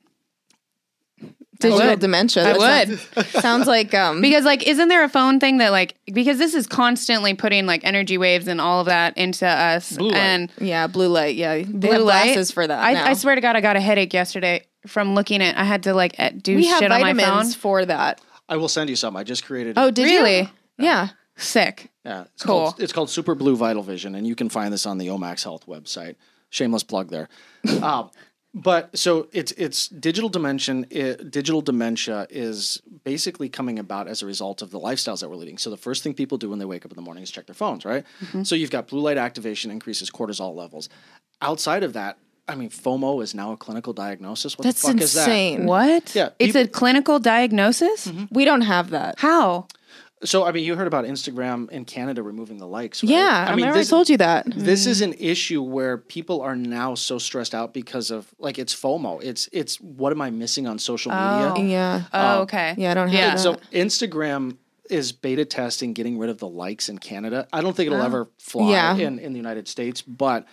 Speaker 1: Digital
Speaker 4: would.
Speaker 1: dementia.
Speaker 4: I
Speaker 1: That
Speaker 4: would.
Speaker 1: sounds- Sounds like um
Speaker 4: Because like isn't there a phone thing that like because this is constantly putting like energy waves and all of that into us
Speaker 5: Blue light.
Speaker 4: and
Speaker 1: yeah, blue light. Yeah. They
Speaker 4: blue
Speaker 1: have
Speaker 4: light
Speaker 1: glasses for that.
Speaker 4: I,
Speaker 1: now.
Speaker 4: I swear to God, I got a headache yesterday from looking at. I had to like eh, do
Speaker 1: we have
Speaker 4: shit on my phone.
Speaker 1: vitamins for that.
Speaker 5: I will send you some. I just created.
Speaker 1: Oh, did you?
Speaker 4: Really?
Speaker 1: Yeah.
Speaker 4: Sick.
Speaker 5: yeah, it's
Speaker 4: cool.
Speaker 5: Called, it's called Super Blue Vital Vision, and you can find this on the Omax Health website. Shameless plug there. um, but so it's it's digital dimension. It, digital dementia is basically coming about as a result of the lifestyles that we're leading. So the first thing people do when they wake up in the morning is check their phones, right?
Speaker 1: Mm-hmm.
Speaker 5: So you've got blue light activation increases cortisol levels. Outside of that, I mean, FOMO is now a clinical diagnosis. What
Speaker 1: That's
Speaker 5: the fuck is
Speaker 1: insane.
Speaker 4: What?
Speaker 5: Yeah, Mm-hmm.
Speaker 4: It's a
Speaker 5: peop-
Speaker 4: clinical diagnosis.
Speaker 1: We don't have that.
Speaker 4: How?
Speaker 5: that? So I mean, you heard about Instagram in Canada removing the likes. Right?
Speaker 1: Yeah, I,
Speaker 5: mean,
Speaker 1: remember
Speaker 5: this-
Speaker 1: I told you that.
Speaker 5: this is an issue where people are now so stressed out because of like it's FOMO. It's it's what am I missing on social media?
Speaker 1: Yeah.
Speaker 4: Oh, okay.
Speaker 1: Yeah, I don't have
Speaker 4: Yeah.
Speaker 1: that.
Speaker 5: So Instagram is beta testing getting rid of the likes in Canada. I don't think it'll ever fly
Speaker 1: Yeah.
Speaker 5: in in the United States, but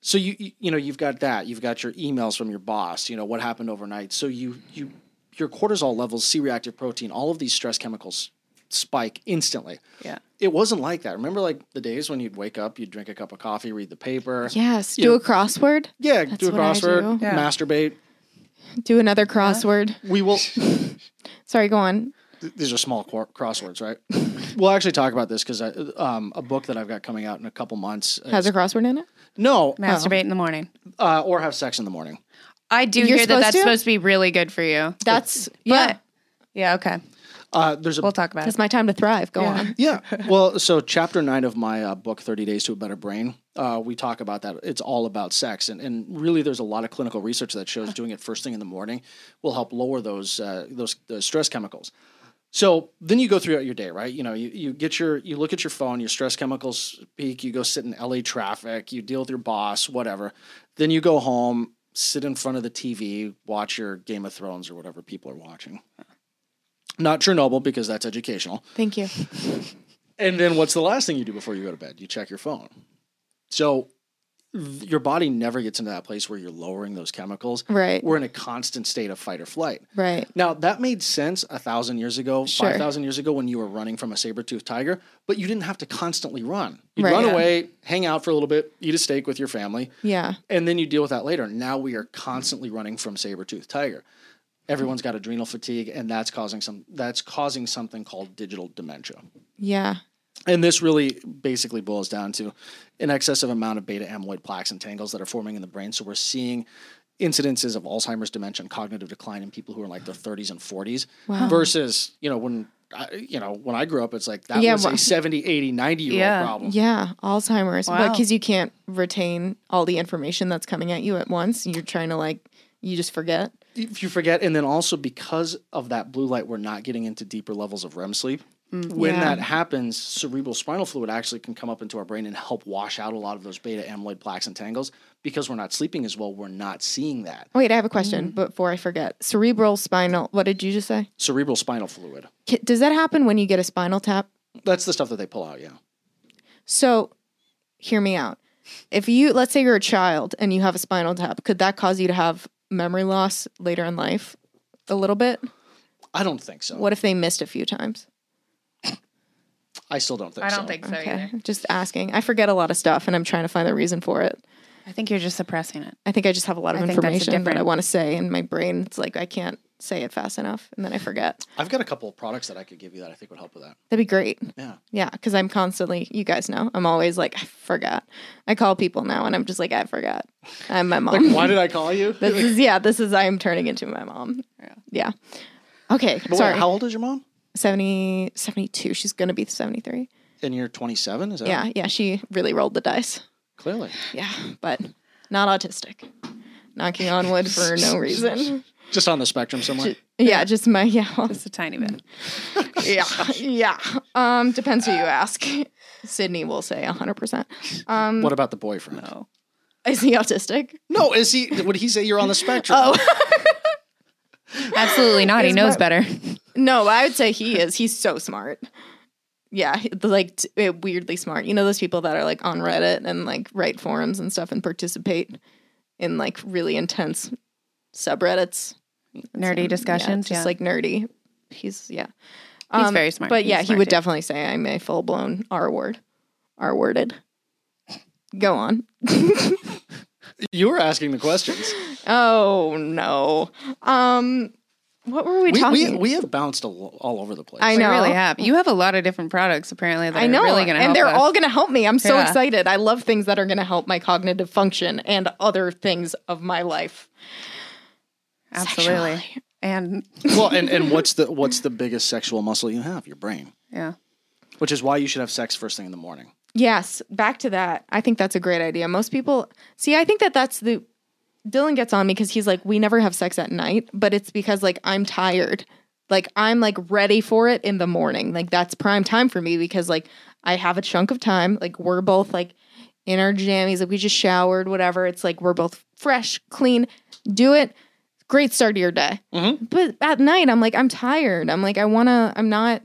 Speaker 5: so you you- you know you've got that. You've got your emails from your boss, you know what happened overnight. So you you your cortisol levels, C-reactive protein, all of these stress chemicals spike instantly.
Speaker 4: Yeah.
Speaker 5: It wasn't like that. Remember like the days when you'd wake up, you'd drink a cup of coffee, read the paper.
Speaker 1: yes.
Speaker 5: you
Speaker 1: Do
Speaker 5: know-
Speaker 1: a crossword.
Speaker 5: Yeah, do a
Speaker 1: what I
Speaker 5: crossword,
Speaker 1: do.
Speaker 4: Yeah.
Speaker 5: masturbate.
Speaker 1: Do another crossword.
Speaker 5: We will. th-
Speaker 1: Sorry, go on.
Speaker 5: these are small cor- crosswords, right? We'll actually talk about this because um, a book that I've got coming out in a couple months. is-
Speaker 1: Has a crossword in it?
Speaker 5: no,
Speaker 4: Masturbate in the morning.
Speaker 5: uh, or have sex in the morning.
Speaker 4: I do
Speaker 1: You're
Speaker 4: hear that
Speaker 1: supposed
Speaker 4: that's
Speaker 1: to?
Speaker 4: supposed to be really good for you.
Speaker 1: That's yeah.
Speaker 4: But yeah, okay.
Speaker 5: Uh, there's a
Speaker 4: We'll talk about it.
Speaker 1: That's my time to thrive. Go on.
Speaker 5: yeah. Well, so chapter nine of my uh, book, 30 Days to a Better Brain, uh, we talk about that. It's all about sex. And, and really, there's a lot of clinical research that shows doing it first thing in the morning will help lower those, uh, those, those stress chemicals. So then you go throughout your day, right? You know, you, you get your, you look at your phone, your stress chemicals peak, you go sit in LA traffic, you deal with your boss, whatever. Then you go home, sit in front of the TV, watch your Game of Thrones or whatever people are watching. Not Chernobyl because that's educational.
Speaker 1: Thank you.
Speaker 5: And then what's the last thing you do before you go to bed? You check your phone. So th- your body never gets into that place where you're lowering those chemicals.
Speaker 1: Right.
Speaker 5: We're in a constant state of fight or flight.
Speaker 1: Right.
Speaker 5: Now that made sense a thousand years ago,
Speaker 1: Sure.
Speaker 5: five thousand years ago, when you were running from a saber-toothed tiger, but you didn't have to constantly run. You would
Speaker 1: Right.
Speaker 5: run
Speaker 1: Yeah.
Speaker 5: away, hang out for a little bit, eat a steak with your family,
Speaker 1: Yeah.
Speaker 5: and then you deal with that later. Now we are constantly running from saber-toothed tiger. Everyone's got adrenal fatigue, and that's causing some. That's causing something called digital dementia.
Speaker 1: Yeah.
Speaker 5: And this really basically boils down to an excessive amount of beta amyloid plaques and tangles that are forming in the brain. So we're seeing incidences of Alzheimer's, dementia, and cognitive decline in people who are in like their 30s and 40s versus, you know, when I, you know, when I grew up, it's like that
Speaker 1: Yeah,
Speaker 5: was
Speaker 1: wha-
Speaker 5: a 70, 80, 90 year
Speaker 4: Yeah.
Speaker 5: old problem.
Speaker 1: Yeah. Alzheimer's. But
Speaker 4: Wow.
Speaker 1: because you can't retain all the information that's coming at you at once, you're trying to like, you just forget.
Speaker 5: If you forget, and then also because of that blue light, we're not getting into deeper levels of REM sleep. When
Speaker 1: Mm. Yeah.
Speaker 5: that happens, cerebral spinal fluid actually can come up into our brain and help wash out a lot of those beta amyloid plaques and tangles. Because we're not sleeping as well, we're not seeing that.
Speaker 1: Wait, I have a question
Speaker 5: Mm-hmm.
Speaker 1: before I forget. Cerebral spinal. What did you just say?
Speaker 5: cerebral spinal fluid.
Speaker 1: Ki- Does that happen when you get a spinal tap?
Speaker 5: That's the stuff that they pull out, yeah.
Speaker 1: So, hear me out. If you, let's say you're a child and you have a spinal tap, could that cause you to have memory loss later in life a little bit?
Speaker 5: I don't think so.
Speaker 1: What if they missed a few times?
Speaker 5: I still don't think
Speaker 4: I
Speaker 5: so.
Speaker 4: don't think so
Speaker 1: Okay.
Speaker 4: either.
Speaker 1: Just asking. I forget a lot of stuff and I'm trying to find the reason for it.
Speaker 4: I think you're just suppressing it.
Speaker 1: I think I just have a lot of
Speaker 4: I think that's a
Speaker 1: information that I
Speaker 4: different-
Speaker 1: want to say in my brain. It's like I can't say it fast enough and then I forget.
Speaker 5: I've got a couple of products that I could give you that I think would help with that.
Speaker 1: That'd be great.
Speaker 5: Yeah.
Speaker 1: Yeah, because I'm constantly, you guys know, I'm always like, I forgot. I call people now and I'm just like, I forgot. I'm my mom.
Speaker 5: Why did I call you?
Speaker 1: This is yeah. This is I am turning into my mom. Yeah. Okay.
Speaker 5: But
Speaker 1: sorry.
Speaker 5: Wait, how old is your mom?
Speaker 1: 70, 72. She's gonna be seventy three.
Speaker 5: And you're 27? Is that
Speaker 1: Yeah. Yeah. She really rolled the dice.
Speaker 5: Clearly.
Speaker 1: Yeah. But not autistic. Knocking on wood for no reason.
Speaker 5: Just on the spectrum somewhere.
Speaker 1: Yeah. Just my yeah.
Speaker 4: Just a tiny bit.
Speaker 1: Yeah. Yeah. Um. Depends who you ask. Sydney will say hundred percent. Um.
Speaker 5: what about the boyfriend? No.
Speaker 4: Oh.
Speaker 1: Is he autistic?
Speaker 5: is he? Would he say you're on the spectrum?
Speaker 1: Oh.
Speaker 4: Absolutely not. he
Speaker 1: It's
Speaker 4: knows
Speaker 1: my-
Speaker 4: better.
Speaker 1: No, I would say he is. He's so smart. Yeah, he- like t- eh, weirdly smart. You know those people that are like on Reddit and like write forums and stuff and participate in like really intense subreddits,
Speaker 4: Nerdy discussions.
Speaker 1: Yeah, just like nerdy. He's yeah, Um,
Speaker 4: He's very smart.
Speaker 1: But yeah,
Speaker 4: He's
Speaker 1: he
Speaker 4: smart
Speaker 1: would
Speaker 4: too.
Speaker 1: definitely say I'm a full blown R word, R worded. Go on.
Speaker 5: you were asking the questions.
Speaker 1: Oh no. Um, what were we,
Speaker 5: We,
Speaker 1: talking?
Speaker 5: we, we have bounced all, all over the place.
Speaker 1: I
Speaker 4: I
Speaker 1: know.
Speaker 4: really have. You have a lot of different products apparently that
Speaker 1: I know,
Speaker 4: are really going to
Speaker 1: and
Speaker 4: help
Speaker 1: they're
Speaker 4: us.
Speaker 1: all going to help me. I'm so
Speaker 4: Yeah.
Speaker 1: excited. I love things that are going to help my cognitive function and other things of my life.
Speaker 4: Absolutely. And
Speaker 5: well, and, and what's the what's the biggest sexual muscle you have? Your brain.
Speaker 4: yeah.
Speaker 5: Which is why you should have sex first thing in the morning.
Speaker 1: Yes, back to that. I think that's a great idea. Most people see. I think that that's the Dylan gets on me because he's like, we never have sex at night, but it's because like I'm tired. Like I'm like ready for it in the morning. Like that's prime time for me because like I have a chunk of time. Like we're both like in our jammies. Like we just showered, whatever. It's like we're both fresh, clean. Do it. Great start to your day. But at night, I'm like I'm tired. I'm like I wanna. I'm not.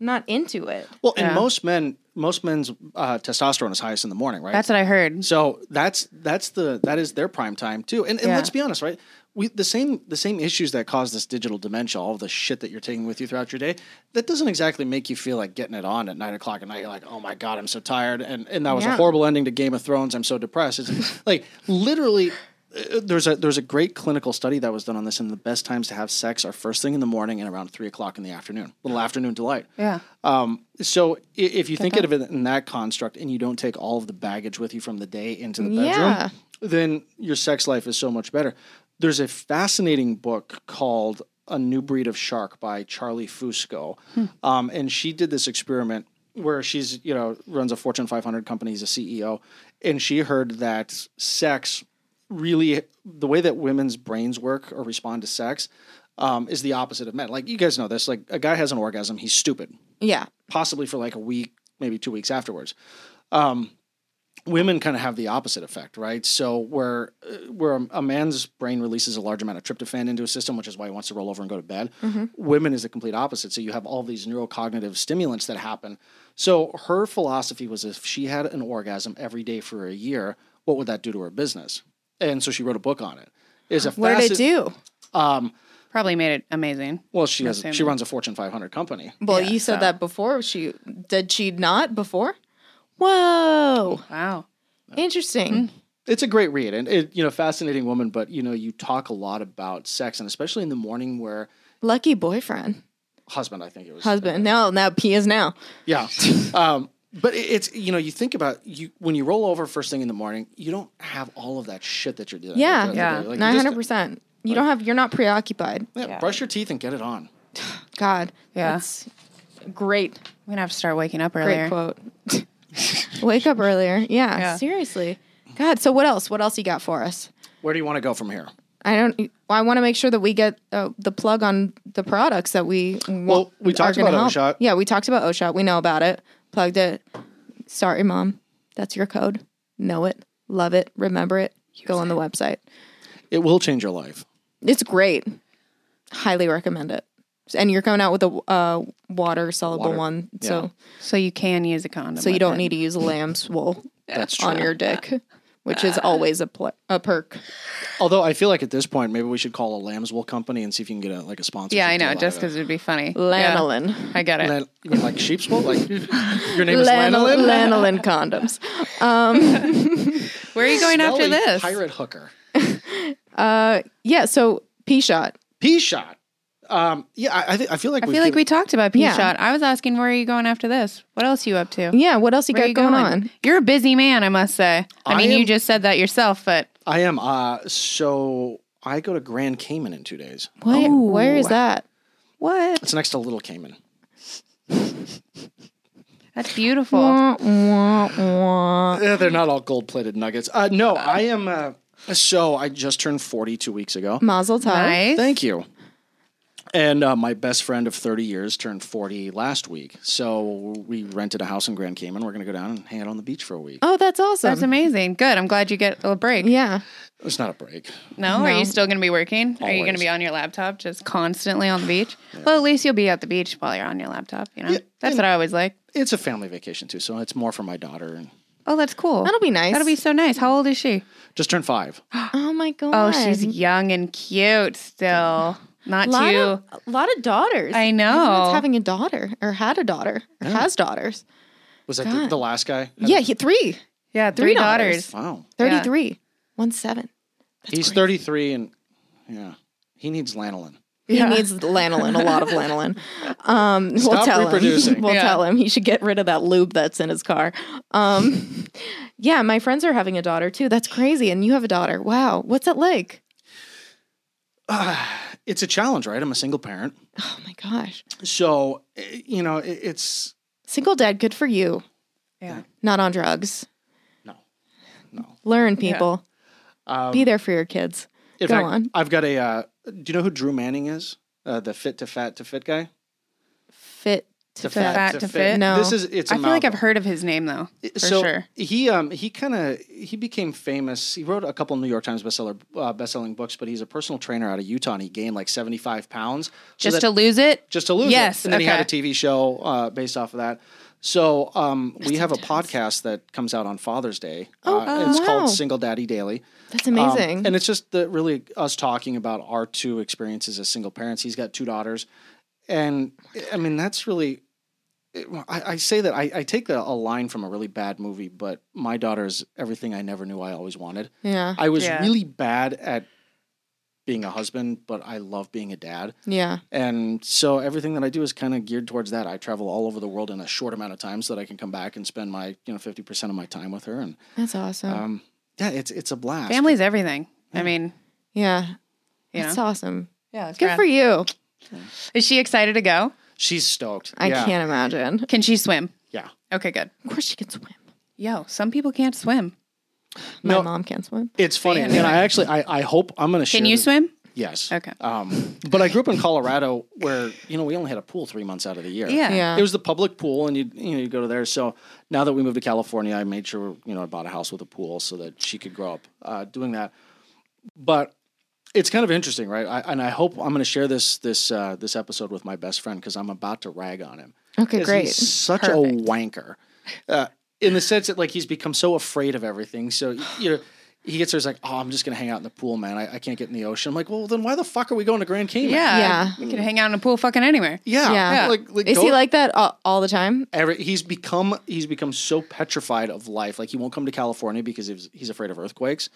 Speaker 1: I'm not into it.
Speaker 5: Well, and most men, most men's uh, testosterone is highest in the morning, right?
Speaker 4: That's what I heard.
Speaker 5: so that's that's the that is their prime time too. And, and
Speaker 4: Yeah.
Speaker 5: let's be honest, right? We the same the same issues that cause this digital dementia, all the shit that you're taking with you throughout your day, that doesn't exactly make you feel like getting it on at nine o'clock at night. You're like, oh my god, I'm so tired, and and that was a
Speaker 1: Yeah.
Speaker 5: horrible ending to Game of Thrones. I'm so depressed. It's like literally. uh, There's a there's a great clinical study that was done on this, and the best times to have sex are first thing in the morning and around three o'clock in the afternoon. Little afternoon delight.
Speaker 4: Yeah.
Speaker 5: Um, so i- if you think of it in that construct and you don't take all of the baggage with you from the day into the bedroom,
Speaker 1: Yeah.
Speaker 5: then your sex life is so much better. There's a fascinating book called A New Breed of Shark by Charlie Fusco. Um, and she did this experiment where she's, you know, runs a Fortune 500 company, is a CEO, and she heard that sex really the way that women's brains work or respond to sex um, is the opposite of men. Like you guys know this. Like a guy has an orgasm, he's stupid
Speaker 1: Yeah.
Speaker 5: possibly for like a week, maybe two weeks afterwards. Um, women kind of have the opposite effect, right? So where uh, where a, a man's brain releases a large amount of tryptophan into his system, which is why he wants to roll over and go to bed,
Speaker 1: Mm-hmm.
Speaker 5: women is the complete opposite. So you have all these neurocognitive stimulants that happen. So her philosophy was if she had an orgasm every day for a year, what would that do to her business? And so she wrote a book on it. Is a
Speaker 1: What did it
Speaker 5: facet-
Speaker 1: do?
Speaker 4: Probably made it amazing.
Speaker 5: Well, she has
Speaker 4: Assuming.
Speaker 5: she runs a Fortune 500 company.
Speaker 1: Well, you said that before. She did she not before? Whoa,
Speaker 4: Wow.
Speaker 1: interesting.
Speaker 5: it's a great read and it you know fascinating woman but you know you talk a lot about sex and especially in the morning where
Speaker 1: Lucky boyfriend,
Speaker 5: husband i think it was
Speaker 1: husband. Now, now P is now.
Speaker 5: yeah um but it- it's you know you think about you when you roll over first thing in the morning you don't have all of that shit that you're doing
Speaker 1: Yeah,
Speaker 4: Yeah.
Speaker 5: Like,
Speaker 1: Nine
Speaker 5: you just-
Speaker 1: hundred percent. You don't have. You're not preoccupied.
Speaker 5: yeah, brush your teeth and get it on
Speaker 1: God.
Speaker 4: Yeah.
Speaker 1: That's great.
Speaker 4: We're gonna have to start waking up
Speaker 1: Great
Speaker 4: earlier.
Speaker 1: quote. Wake up earlier. Yeah,
Speaker 4: Yeah.
Speaker 1: Seriously. God. So what else? What else you got for us?
Speaker 5: where do you want to go from here
Speaker 1: I don't. I want to make sure that we get uh, the plug on the products that we. Want,
Speaker 5: Well, we
Speaker 1: are
Speaker 5: talked
Speaker 1: gonna
Speaker 5: about
Speaker 1: help.
Speaker 5: OSHOT.
Speaker 1: Yeah, we talked about OSHOT. We know about it. Plugged it. Sorry, mom. That's your code. Know it. Love it. Remember it. Go on the website.
Speaker 5: it will change your life
Speaker 1: It's great. Highly recommend it. And you're coming out with a uh, water soluble
Speaker 5: Water.
Speaker 1: one,
Speaker 5: Yeah.
Speaker 1: so
Speaker 4: So you can use a condom.
Speaker 1: so you
Speaker 4: with
Speaker 1: don't
Speaker 4: it.
Speaker 1: need to use a lamb's wool
Speaker 5: that's true
Speaker 1: on your dick, which is always a pl- a perk.
Speaker 5: although i feel like at this point maybe we should call a lamb's wool company and see if you can get a, like a sponsor
Speaker 4: Yeah, I know. Just because it'd be funny. Yeah,
Speaker 1: Lanolin.
Speaker 4: I got it.
Speaker 5: like sheep's wool like your name is
Speaker 1: Lanolin. Lanolin
Speaker 5: lanolin
Speaker 1: condoms.
Speaker 4: Where are you going after
Speaker 5: Belly
Speaker 4: this?
Speaker 5: pirate hooker
Speaker 1: Yeah, so P shot.
Speaker 5: P shot. Um, yeah, I, I, think I feel like
Speaker 4: I feel like we talked about P
Speaker 1: Yeah.
Speaker 4: shot. I was asking where are you going after this? What else you up to?
Speaker 1: Yeah, what else you
Speaker 4: Where
Speaker 1: got
Speaker 4: you
Speaker 1: going, on?
Speaker 4: You're a busy man, I must say. I,
Speaker 5: I
Speaker 4: mean, you
Speaker 5: am-
Speaker 4: just said that yourself, but
Speaker 5: I am. Uh, so I go to Grand Cayman in two days.
Speaker 1: Where, where is that?
Speaker 4: what?
Speaker 5: It's next to Little Cayman.
Speaker 4: That's beautiful.
Speaker 5: Eh, they're not all gold plated nuggets. Uh, no, I am. Uh, so I just turned forty two weeks ago.
Speaker 1: Mazel tov.
Speaker 4: nice.
Speaker 5: Thank you. And uh, my best friend of 30 years turned 40 last week. So we rented a house in Grand Cayman. We're going to go down and hang out on the beach for a week.
Speaker 1: Oh, that's awesome.
Speaker 4: That's amazing. Good. I'm glad you get a break.
Speaker 1: yeah.
Speaker 5: It's not a break.
Speaker 4: No? Are you still going to be working? Are you going to
Speaker 5: Always.
Speaker 4: be on your laptop just constantly on the beach? Well, at least you'll be at the beach while you're on your laptop, you know? That's what I always like.
Speaker 5: It's a family vacation too. So it's more for my daughter. And
Speaker 4: Oh, that's cool.
Speaker 1: That'll be nice.
Speaker 4: That'll be so nice. How old is she?
Speaker 5: just turned five.
Speaker 1: Oh my god.
Speaker 4: Oh, she's young and cute still. Not
Speaker 1: lot
Speaker 4: too.
Speaker 1: of, a lot of daughters.
Speaker 4: I know.
Speaker 1: Everyone's having a daughter or had a daughter or has daughters.
Speaker 5: Was that the, the last guy?
Speaker 1: Yeah, he, three.
Speaker 4: yeah, three,
Speaker 1: three
Speaker 4: daughters.
Speaker 5: Wow.
Speaker 1: 33. One seven.
Speaker 5: He's 33 and yeah, he needs lanolin.
Speaker 4: Yeah.
Speaker 1: He needs lanolin, a lot of lanolin. Um, we'll
Speaker 5: Stop
Speaker 1: tell
Speaker 5: reproducing.
Speaker 1: him. We'll
Speaker 4: Yeah.
Speaker 1: tell him he should get rid of that lube that's in his car. Um, yeah, my friends are having a daughter too. That's crazy. And you have a daughter. Wow. What's it like?
Speaker 5: It's a challenge, right? I'm a single parent.
Speaker 1: Oh my gosh.
Speaker 5: So, eh, you know, it, it's
Speaker 1: Single dad, good for you.
Speaker 4: Yeah.
Speaker 1: Not on drugs.
Speaker 5: no.
Speaker 1: Learn, people.
Speaker 5: Um,
Speaker 1: Be there for your kids.
Speaker 5: In
Speaker 1: Go
Speaker 5: fact,
Speaker 1: on.
Speaker 5: I've got a, uh, do you know who Drew Manning is? Uh, the fit to fat to fit guy?
Speaker 1: Fit
Speaker 5: To
Speaker 4: fat to fit?
Speaker 1: No.
Speaker 5: This is, it's a
Speaker 4: I feel like I've
Speaker 5: mouthful.
Speaker 4: heard of his name though, for
Speaker 5: so
Speaker 4: sure.
Speaker 5: he um he kind of he became famous. He wrote a couple New York Times bestseller uh, bestselling books, but he's a personal trainer out of Utah. and He gained like seventy five pounds so
Speaker 4: Just
Speaker 5: that-
Speaker 4: to lose it?
Speaker 5: just to lose
Speaker 4: Yes,
Speaker 5: it. And then he had a
Speaker 4: okay.
Speaker 5: TV show uh, based off of that. So um, we have a podcast that comes out on Father's Day. Oh, uh, it's
Speaker 1: wow.
Speaker 5: called Single Daddy Daily.
Speaker 1: That's
Speaker 5: Um,
Speaker 1: amazing.
Speaker 5: and it's just the, really us talking about our two experiences as single parents. He's got two daughters. And I mean, that's really, it- I, I say that I, I take the, a line from a really bad movie, but my daughter is everything I never knew I always wanted.
Speaker 1: yeah.
Speaker 5: I was
Speaker 4: Yeah.
Speaker 5: really bad at being a husband, but I love being a dad.
Speaker 1: yeah.
Speaker 5: And so everything that I do is kind of geared towards that. I travel all over the world in a short amount of time so that I can come back and spend my, you know, 50% of my time with her. And
Speaker 1: That's awesome.
Speaker 5: um, yeah, it's it's a blast.
Speaker 4: Family's everything. I mean,
Speaker 1: yeah.
Speaker 4: you
Speaker 1: That's
Speaker 4: know.
Speaker 1: awesome.
Speaker 4: Yeah, it's
Speaker 1: Good
Speaker 4: rad.
Speaker 1: for you.
Speaker 4: Is she excited to go?
Speaker 5: She's stoked.
Speaker 1: I
Speaker 5: yeah.
Speaker 1: can't imagine.
Speaker 4: Can she swim?
Speaker 5: Yeah.
Speaker 4: Okay, good.
Speaker 1: Of course she can swim.
Speaker 4: Yo, some people can't swim.
Speaker 1: My
Speaker 5: No.
Speaker 1: mom can't swim.
Speaker 5: It's funny. And I actually, I, I hope I'm going to share.
Speaker 4: Can you
Speaker 5: this-
Speaker 4: swim?
Speaker 5: Yes.
Speaker 4: Okay.
Speaker 5: Um, but I grew up in Colorado where, you know, we only had a pool three months out of the year.
Speaker 4: Yeah.
Speaker 1: Yeah.
Speaker 5: It was the public pool and you'd, you know, you'd go to there. So now that we moved to California, I made sure, you know, I bought a house with a pool so that she could grow up uh, doing that. But it's kind of interesting, right? I, and I hope I'm going to share this this uh, this episode with my best friend because I'm about to rag on him.
Speaker 1: Okay,
Speaker 5: 'Cause he's
Speaker 1: great.
Speaker 5: such a
Speaker 4: Perfect.
Speaker 5: wanker, uh, in the sense that like he's become so afraid of everything. So you know, he gets there, he's like, "Oh, I'm just going to hang out in the pool, man. I, I can't get in the ocean." I'm like, "Well, then why the fuck are we going to Grand Cayman?"
Speaker 4: Yeah.
Speaker 1: Yeah.
Speaker 4: We could hang out in a pool fucking anywhere.
Speaker 5: yeah,
Speaker 1: Yeah.
Speaker 5: Like, like
Speaker 1: Is
Speaker 5: go-
Speaker 1: he like that all, all the time?
Speaker 5: Every, he's become he's become so petrified of life. Like he won't come to California because he's, he's afraid of earthquakes.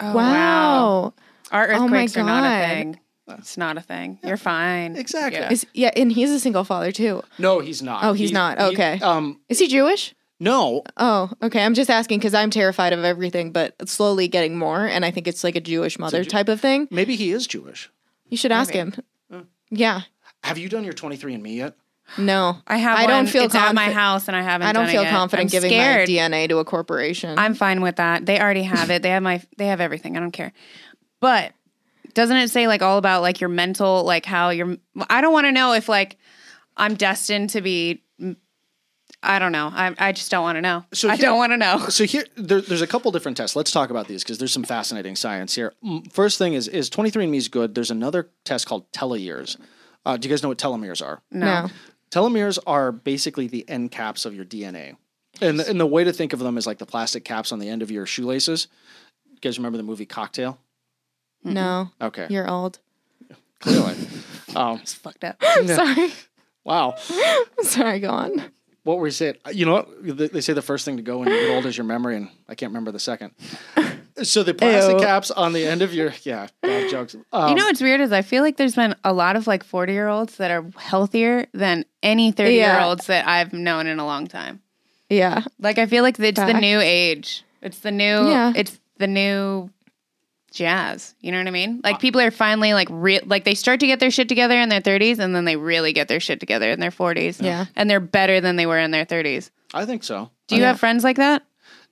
Speaker 4: Oh,
Speaker 1: wow.
Speaker 4: Our
Speaker 1: Oh my
Speaker 4: earthquakes are not a
Speaker 1: God.
Speaker 4: thing. It's not a thing. You're fine.
Speaker 5: Exactly.
Speaker 4: Yeah.
Speaker 1: Is yeah, and he's a single father too.
Speaker 5: No, he's not.
Speaker 1: Oh, he's not.
Speaker 5: he-
Speaker 1: Okay.
Speaker 5: um,
Speaker 1: Is he Jewish?
Speaker 5: no,
Speaker 1: Oh, okay. I'm just asking because I'm terrified of everything, but it's slowly getting more, and I think it's like a Jewish mother type of thing.
Speaker 5: maybe he is Jewish.
Speaker 1: You should ask him.
Speaker 4: Mm.
Speaker 1: Yeah.
Speaker 5: Have you done your 23andMe yet?
Speaker 1: No,
Speaker 4: I have.
Speaker 1: I don't
Speaker 4: one.
Speaker 1: feel
Speaker 4: it's at my
Speaker 1: confi-
Speaker 4: house, and I haven't.
Speaker 1: I don't
Speaker 4: done it
Speaker 1: feel
Speaker 4: yet.
Speaker 1: confident
Speaker 4: I'm
Speaker 1: giving
Speaker 4: scared.
Speaker 1: my DNA to a corporation.
Speaker 4: I'm fine with that. They already have it. They have my. They have everything. I don't care. But doesn't it say like all about like your mental, like how your? I don't want to know if like I'm destined to be. I don't know. I I just don't want to know.
Speaker 5: So
Speaker 4: I
Speaker 5: here-
Speaker 4: don't want to know.
Speaker 5: So here, there, there's a couple different tests. Let's talk about these because there's some fascinating science here. Mm, First thing is is 23andMe is good. There's another test called teleyears. Uh, do you guys know what telomeres are?
Speaker 1: no.
Speaker 5: Telomeres are basically the end caps of your DNA. And the, and the way to think of them is like the plastic caps on the end of your shoelaces. You guys remember the movie Cocktail?
Speaker 1: No.
Speaker 5: Okay.
Speaker 1: You're old.
Speaker 5: Clearly.
Speaker 4: It's fucked up.
Speaker 1: Sorry.
Speaker 5: Wow.
Speaker 1: Sorry, go on.
Speaker 5: What were you saying? You know what? They- They say the first thing to go when you get old is your memory, and I can't remember the second. So the plastic
Speaker 1: Ew.
Speaker 5: caps on the end of your, yeah, bad jokes. Um,
Speaker 4: you know what's weird is I feel like there's been a lot of like 40 year olds that are healthier than any 30 year olds that I've known in a long time.
Speaker 1: Yeah.
Speaker 4: Like I feel like it's the
Speaker 1: Facts.
Speaker 4: new age. It's the new
Speaker 1: Yeah.
Speaker 4: it's the new jazz. You know what I mean?
Speaker 5: Uh,
Speaker 4: Like people are finally like real like they start to get their shit together in their 30s and then they really get their shit together in their 40s.
Speaker 1: Yeah.
Speaker 4: And they're better than they were in their 30s.
Speaker 5: I think so.
Speaker 4: Do you have friends like that?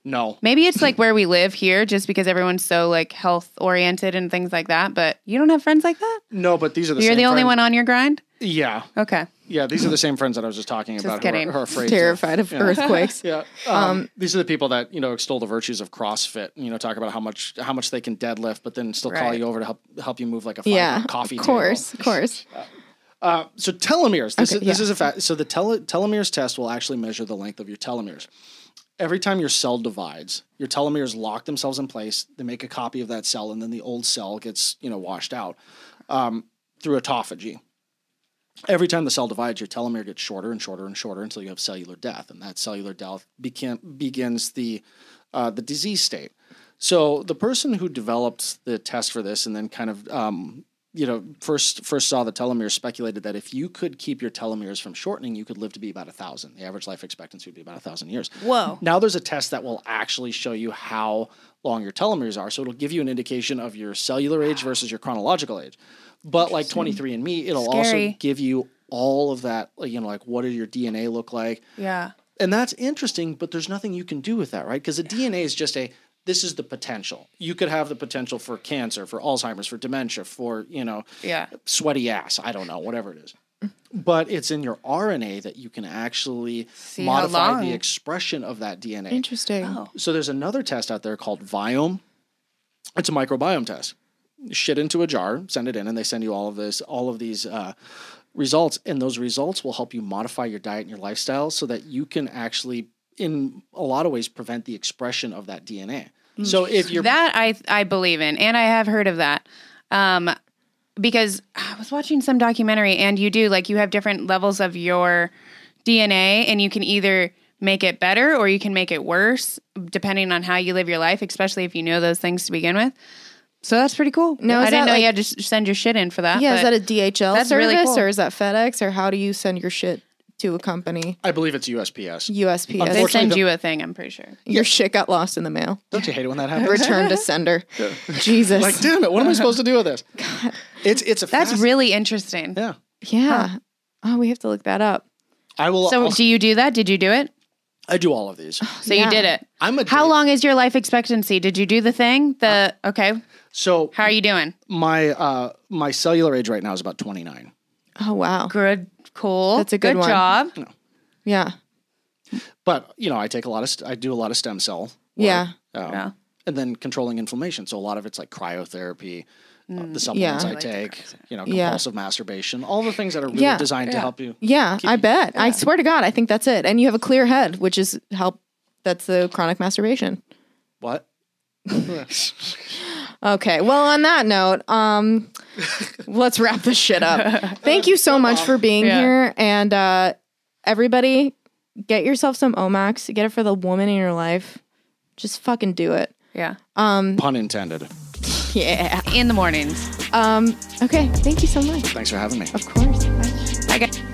Speaker 5: No.
Speaker 4: Maybe it's like where we live here just because everyone's so like health oriented and things like that, but you don't have friends like that?
Speaker 5: No, but these are the
Speaker 4: You're
Speaker 5: same
Speaker 4: the only
Speaker 5: friends-
Speaker 4: one on your grind?
Speaker 5: Yeah.
Speaker 4: Okay.
Speaker 5: Yeah. These are the same friends that I was just talking about
Speaker 4: kidding.
Speaker 5: who are, who are afraid. to-
Speaker 1: Terrified of earthquakes.
Speaker 5: Yeah. Um, these are the people that, you know, extol the virtues of CrossFit, you know, talk about how much how much they can deadlift, but then still call
Speaker 4: Right.
Speaker 5: you over to help help you move like a five
Speaker 1: Yeah.
Speaker 5: coffee
Speaker 1: Of
Speaker 5: table.
Speaker 1: course. Of course.
Speaker 5: So telomeres. This
Speaker 1: Okay,
Speaker 5: is this
Speaker 1: yeah.
Speaker 5: is a fact. So the tele- telomeres test will actually measure the length of your telomeres. Every time your cell divides, your telomeres lock themselves in place. They make a copy of that cell, and then the old cell gets you know washed out um, through autophagy. Every time the cell divides, your telomere gets shorter and shorter and shorter until you have cellular death, and that cellular death becan- begins the uh, the disease state. So the person who developed the test for this and then kind of um, you know first first saw the telomeres speculated that if you could keep your telomeres from shortening, you could live to be about a thousand. The average life expectancy would be about a thousand years.
Speaker 4: Whoa.
Speaker 5: Now there's a test that will actually show you how long your telomeres are. So it'll give you an indication of your cellular age versus your chronological age. But like 23andMe, it'll also
Speaker 4: Scary.
Speaker 5: give you all of that, like, you know, like what did your DNA look like?
Speaker 4: Yeah.
Speaker 5: And that's interesting, but there's nothing you can do with that, right? Because the DNA is just a this is the potential. You could have the potential for cancer, for Alzheimer's, for dementia, for, you know,
Speaker 4: Yeah.
Speaker 5: sweaty ass, I don't know, whatever it is. But it's in your RNA that you can actually
Speaker 4: See how
Speaker 5: modify
Speaker 4: long.
Speaker 5: the expression of that DNA.
Speaker 1: Interesting.
Speaker 4: Oh.
Speaker 5: So there's another test out there called Viome. It's a microbiome test. Shit into a jar, send it in, and they send you all of this, all of these uh, results, and those results will help you modify your diet and your lifestyle so that you can actually, in a lot of ways, prevent the expression of that DNA. So if you're
Speaker 4: Mm. That I I believe in, and I have heard of that. Um, because I was watching some documentary, and you do like you have different levels of your DNA, and you can either make it better or you can make it worse depending on how you live your life, especially if you know those things to begin with. So that's pretty cool.
Speaker 1: Now,
Speaker 4: I
Speaker 1: is
Speaker 4: didn't
Speaker 1: that,
Speaker 4: know
Speaker 1: like-
Speaker 4: you had to s- send your shit in for that.
Speaker 1: Yeah. Is
Speaker 4: but
Speaker 1: that a DHL
Speaker 4: That's
Speaker 1: service
Speaker 4: really cool.
Speaker 1: or is that FedEx or how do you send your shit to a company?
Speaker 5: I believe it's USPS.
Speaker 1: USPS.
Speaker 4: they
Speaker 5: Unfortunately-
Speaker 4: send you a thing? I'm pretty sure.
Speaker 1: Your shit got lost in the mail.
Speaker 5: Don't you hate it when that happens?
Speaker 1: Return to sender. Jesus.
Speaker 5: like, damn it, what am I supposed to do with this? It's it's a
Speaker 4: That's
Speaker 5: fast-
Speaker 4: really interesting.
Speaker 5: yeah.
Speaker 1: yeah. Oh, we have to look that up.
Speaker 5: I will.
Speaker 4: So,
Speaker 5: I'll-
Speaker 4: do you do that? Did you do it?
Speaker 5: I do all of these.
Speaker 4: So
Speaker 1: Yeah.
Speaker 4: you did it.
Speaker 5: I'm a
Speaker 4: How
Speaker 5: date-
Speaker 1: Uh,
Speaker 4: long is your life expectancy? Did you do the thing? The okay.
Speaker 5: So
Speaker 4: How are you doing?
Speaker 5: my uh, my cellular age right now is about 29.
Speaker 1: Oh wow.
Speaker 4: Good. Cool.
Speaker 1: That's a good one.
Speaker 4: job.
Speaker 1: Yeah.
Speaker 5: But you know, I take a lot of st- I do a lot of stem cell. work,
Speaker 1: Yeah.
Speaker 5: um,
Speaker 4: Yeah.
Speaker 5: And then controlling inflammation. So a lot of it's like cryotherapy, uh, the supplements
Speaker 1: Mm, Yeah.
Speaker 5: I
Speaker 4: like the
Speaker 5: take, you know,
Speaker 1: Yeah.
Speaker 5: compulsive masturbation, all the things that are really
Speaker 1: Yeah.
Speaker 5: designed to
Speaker 4: Yeah.
Speaker 5: help you.
Speaker 1: Yeah, I bet. I swear to God, I think that's it. And you have a clear head, which is help. That's the chronic masturbation.
Speaker 5: What?
Speaker 1: Okay. Well, on that note, um, let's wrap this shit up. Thank you so much for being
Speaker 4: Yeah.
Speaker 1: here, and uh, everybody, get yourself some Omax. Get it for the woman in your life. Just fucking do it.
Speaker 4: Yeah.
Speaker 5: Pun intended.
Speaker 1: Yeah.
Speaker 4: In the mornings.
Speaker 1: Okay. Thank you so much.
Speaker 5: Thanks for having me.
Speaker 1: Of course.
Speaker 4: Bye, guys.